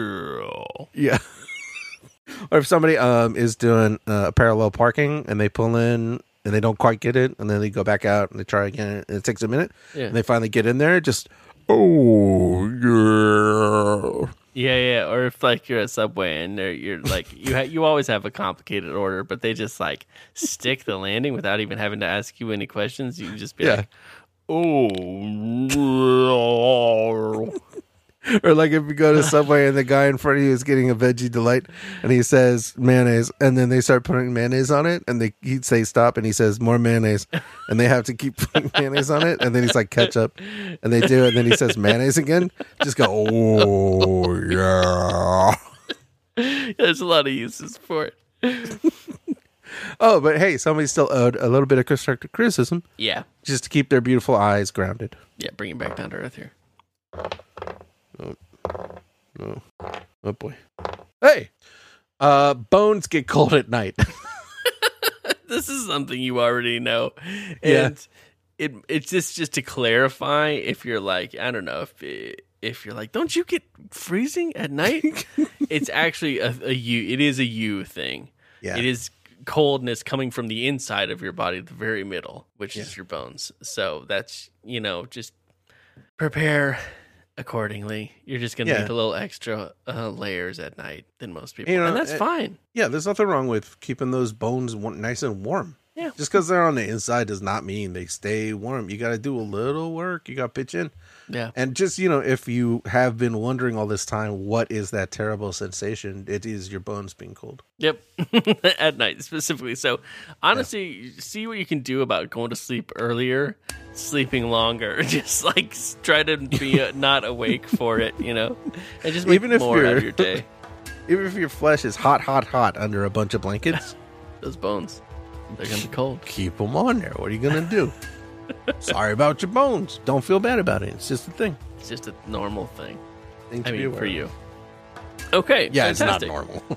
[SPEAKER 3] Yeah. or if somebody um is doing uh, a parallel parking and they pull in and they don't quite get it and then they go back out and they try again and it takes a minute
[SPEAKER 2] Yeah.
[SPEAKER 3] and they finally get in there just oh yeah.
[SPEAKER 2] Yeah, yeah. Or if like you're at Subway and they're, you're like you ha- you always have a complicated order, but they just like stick the landing without even having to ask you any questions. You can just be
[SPEAKER 3] Yeah.
[SPEAKER 2] like, "Oh."
[SPEAKER 3] Or like if you go to Subway and the guy in front of you is getting a veggie delight and he says mayonnaise and then they start putting mayonnaise on it and they he'd say stop and he says more mayonnaise and they have to keep putting mayonnaise on it and then he's like ketchup and they do it and then he says mayonnaise again. Just go oh yeah.
[SPEAKER 2] There's a lot of uses for it.
[SPEAKER 3] Oh, but hey, somebody still owed a little bit of constructive criticism
[SPEAKER 2] Yeah,
[SPEAKER 3] just to keep their beautiful eyes grounded.
[SPEAKER 2] yeah. Bring it back down to earth here.
[SPEAKER 3] Oh boy. Hey. Uh bones get cold at night.
[SPEAKER 2] this is something you already know. And
[SPEAKER 3] Yeah.
[SPEAKER 2] it it's just just to clarify if you're like, I don't know, if if you're like, don't you get freezing at night? it's actually a, a you it is a you thing.
[SPEAKER 3] Yeah.
[SPEAKER 2] It is coldness coming from the inside of your body, the very middle, which is your bones. So that's, you know, just prepare accordingly. You're just going to
[SPEAKER 3] Yeah.
[SPEAKER 2] need a little extra uh, layers at night than most people.
[SPEAKER 3] You know,
[SPEAKER 2] and that's
[SPEAKER 3] it-
[SPEAKER 2] fine.
[SPEAKER 3] Yeah, there's nothing wrong with keeping those bones wa- nice and warm.
[SPEAKER 2] Yeah.
[SPEAKER 3] Just because they're on the inside does not mean they stay warm. You got to do a little work. You got to pitch in.
[SPEAKER 2] Yeah.
[SPEAKER 3] And just, you know, if you have been wondering all this time, what is that terrible sensation? It is your bones being cold.
[SPEAKER 2] Yep, at night specifically. So, honestly, see what you can do about going to sleep earlier, sleeping longer. Just like s- try to be uh, not awake for it, you know, and just make
[SPEAKER 3] Even if
[SPEAKER 2] more out of
[SPEAKER 3] you're-
[SPEAKER 2] your day.
[SPEAKER 3] Even if your flesh is hot, hot, hot under a bunch of blankets,
[SPEAKER 2] Those bones, they're gonna be cold.
[SPEAKER 3] keep them on there. What are you going to do? Sorry about your bones. Don't feel bad about it. It's just a thing.
[SPEAKER 2] It's just a normal thing.
[SPEAKER 3] Thing
[SPEAKER 2] I
[SPEAKER 3] to be
[SPEAKER 2] mean,
[SPEAKER 3] aware
[SPEAKER 2] for
[SPEAKER 3] of.
[SPEAKER 2] you. Okay.
[SPEAKER 3] Yeah, it's
[SPEAKER 2] fantastic.
[SPEAKER 3] not normal.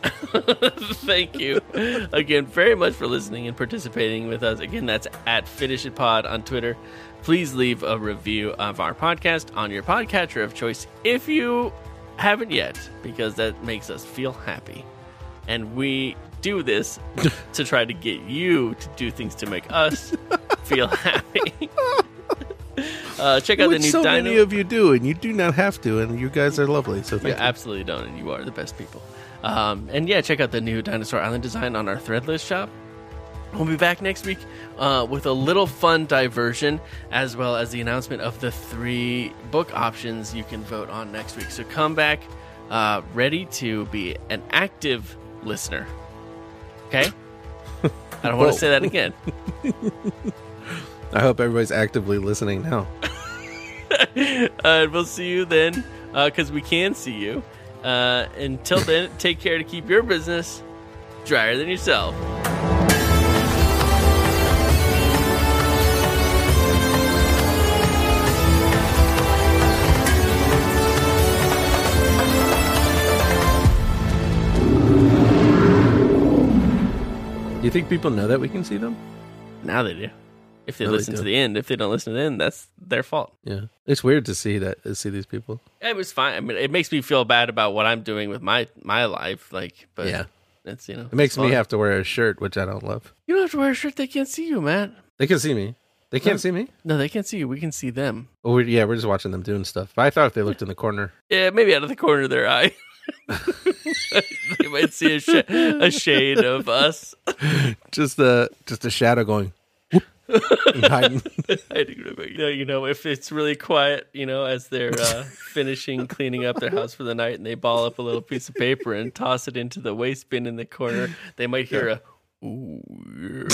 [SPEAKER 2] Thank you again very much for listening and participating with us. Again, that's at Finish It Pod on Twitter. Please leave a review of our podcast on your podcatcher of choice if you haven't yet, because that makes us feel happy. And we do this to try to get you to do things to make us feel happy. uh, check out
[SPEAKER 3] Which
[SPEAKER 2] the new
[SPEAKER 3] so
[SPEAKER 2] Dino.
[SPEAKER 3] many of you do, and you do not have to, and you guys are lovely. So
[SPEAKER 2] You
[SPEAKER 3] thank you.
[SPEAKER 2] absolutely don't, and you are the best people. Um, and yeah, check out the new Dinosaur Island design on our Threadless shop. We'll be back next week uh, with a little fun diversion, as well as the announcement of the three book options you can vote on next week. So come back uh, ready to be an active listener. Okay? I don't want
[SPEAKER 3] Whoa.
[SPEAKER 2] to say that again.
[SPEAKER 3] I hope everybody's actively listening now.
[SPEAKER 2] uh, we'll see you then, because we can see you. Uh, until then, take care to keep your business drier than yourself.
[SPEAKER 3] You think people know that we can see them?
[SPEAKER 2] Now they do. If they
[SPEAKER 3] Now they
[SPEAKER 2] listen to
[SPEAKER 3] do.
[SPEAKER 2] the end, if they don't listen to the end, that's their fault.
[SPEAKER 3] Yeah, it's weird to see that to see these people.
[SPEAKER 2] It was fine. I mean, it makes me feel bad about what I'm doing with my my life. Like, but
[SPEAKER 3] Yeah.
[SPEAKER 2] it's you know,
[SPEAKER 3] It makes
[SPEAKER 2] it's
[SPEAKER 3] me
[SPEAKER 2] fine.
[SPEAKER 3] have to wear a shirt, which I don't love.
[SPEAKER 2] You don't have to wear a shirt. They can't see you, man.
[SPEAKER 3] They can see me. They can't see me.
[SPEAKER 2] No, they can't see you. We can see them.
[SPEAKER 3] Oh, we yeah, we're just watching them doing stuff. But I thought if they looked in the corner,
[SPEAKER 2] Yeah, maybe out of the corner of their eye. they might see a, sh- a shade of us.
[SPEAKER 3] just the just a shadow going. whoop, and hiding.
[SPEAKER 2] I do remember, you know, you know, if it's really quiet, you know, as they're uh, finishing cleaning up their house for the night and they ball up a little piece of paper and toss it into the waste bin in the corner, they might hear a, ooh,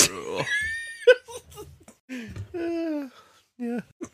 [SPEAKER 2] yeah."
[SPEAKER 3] yeah.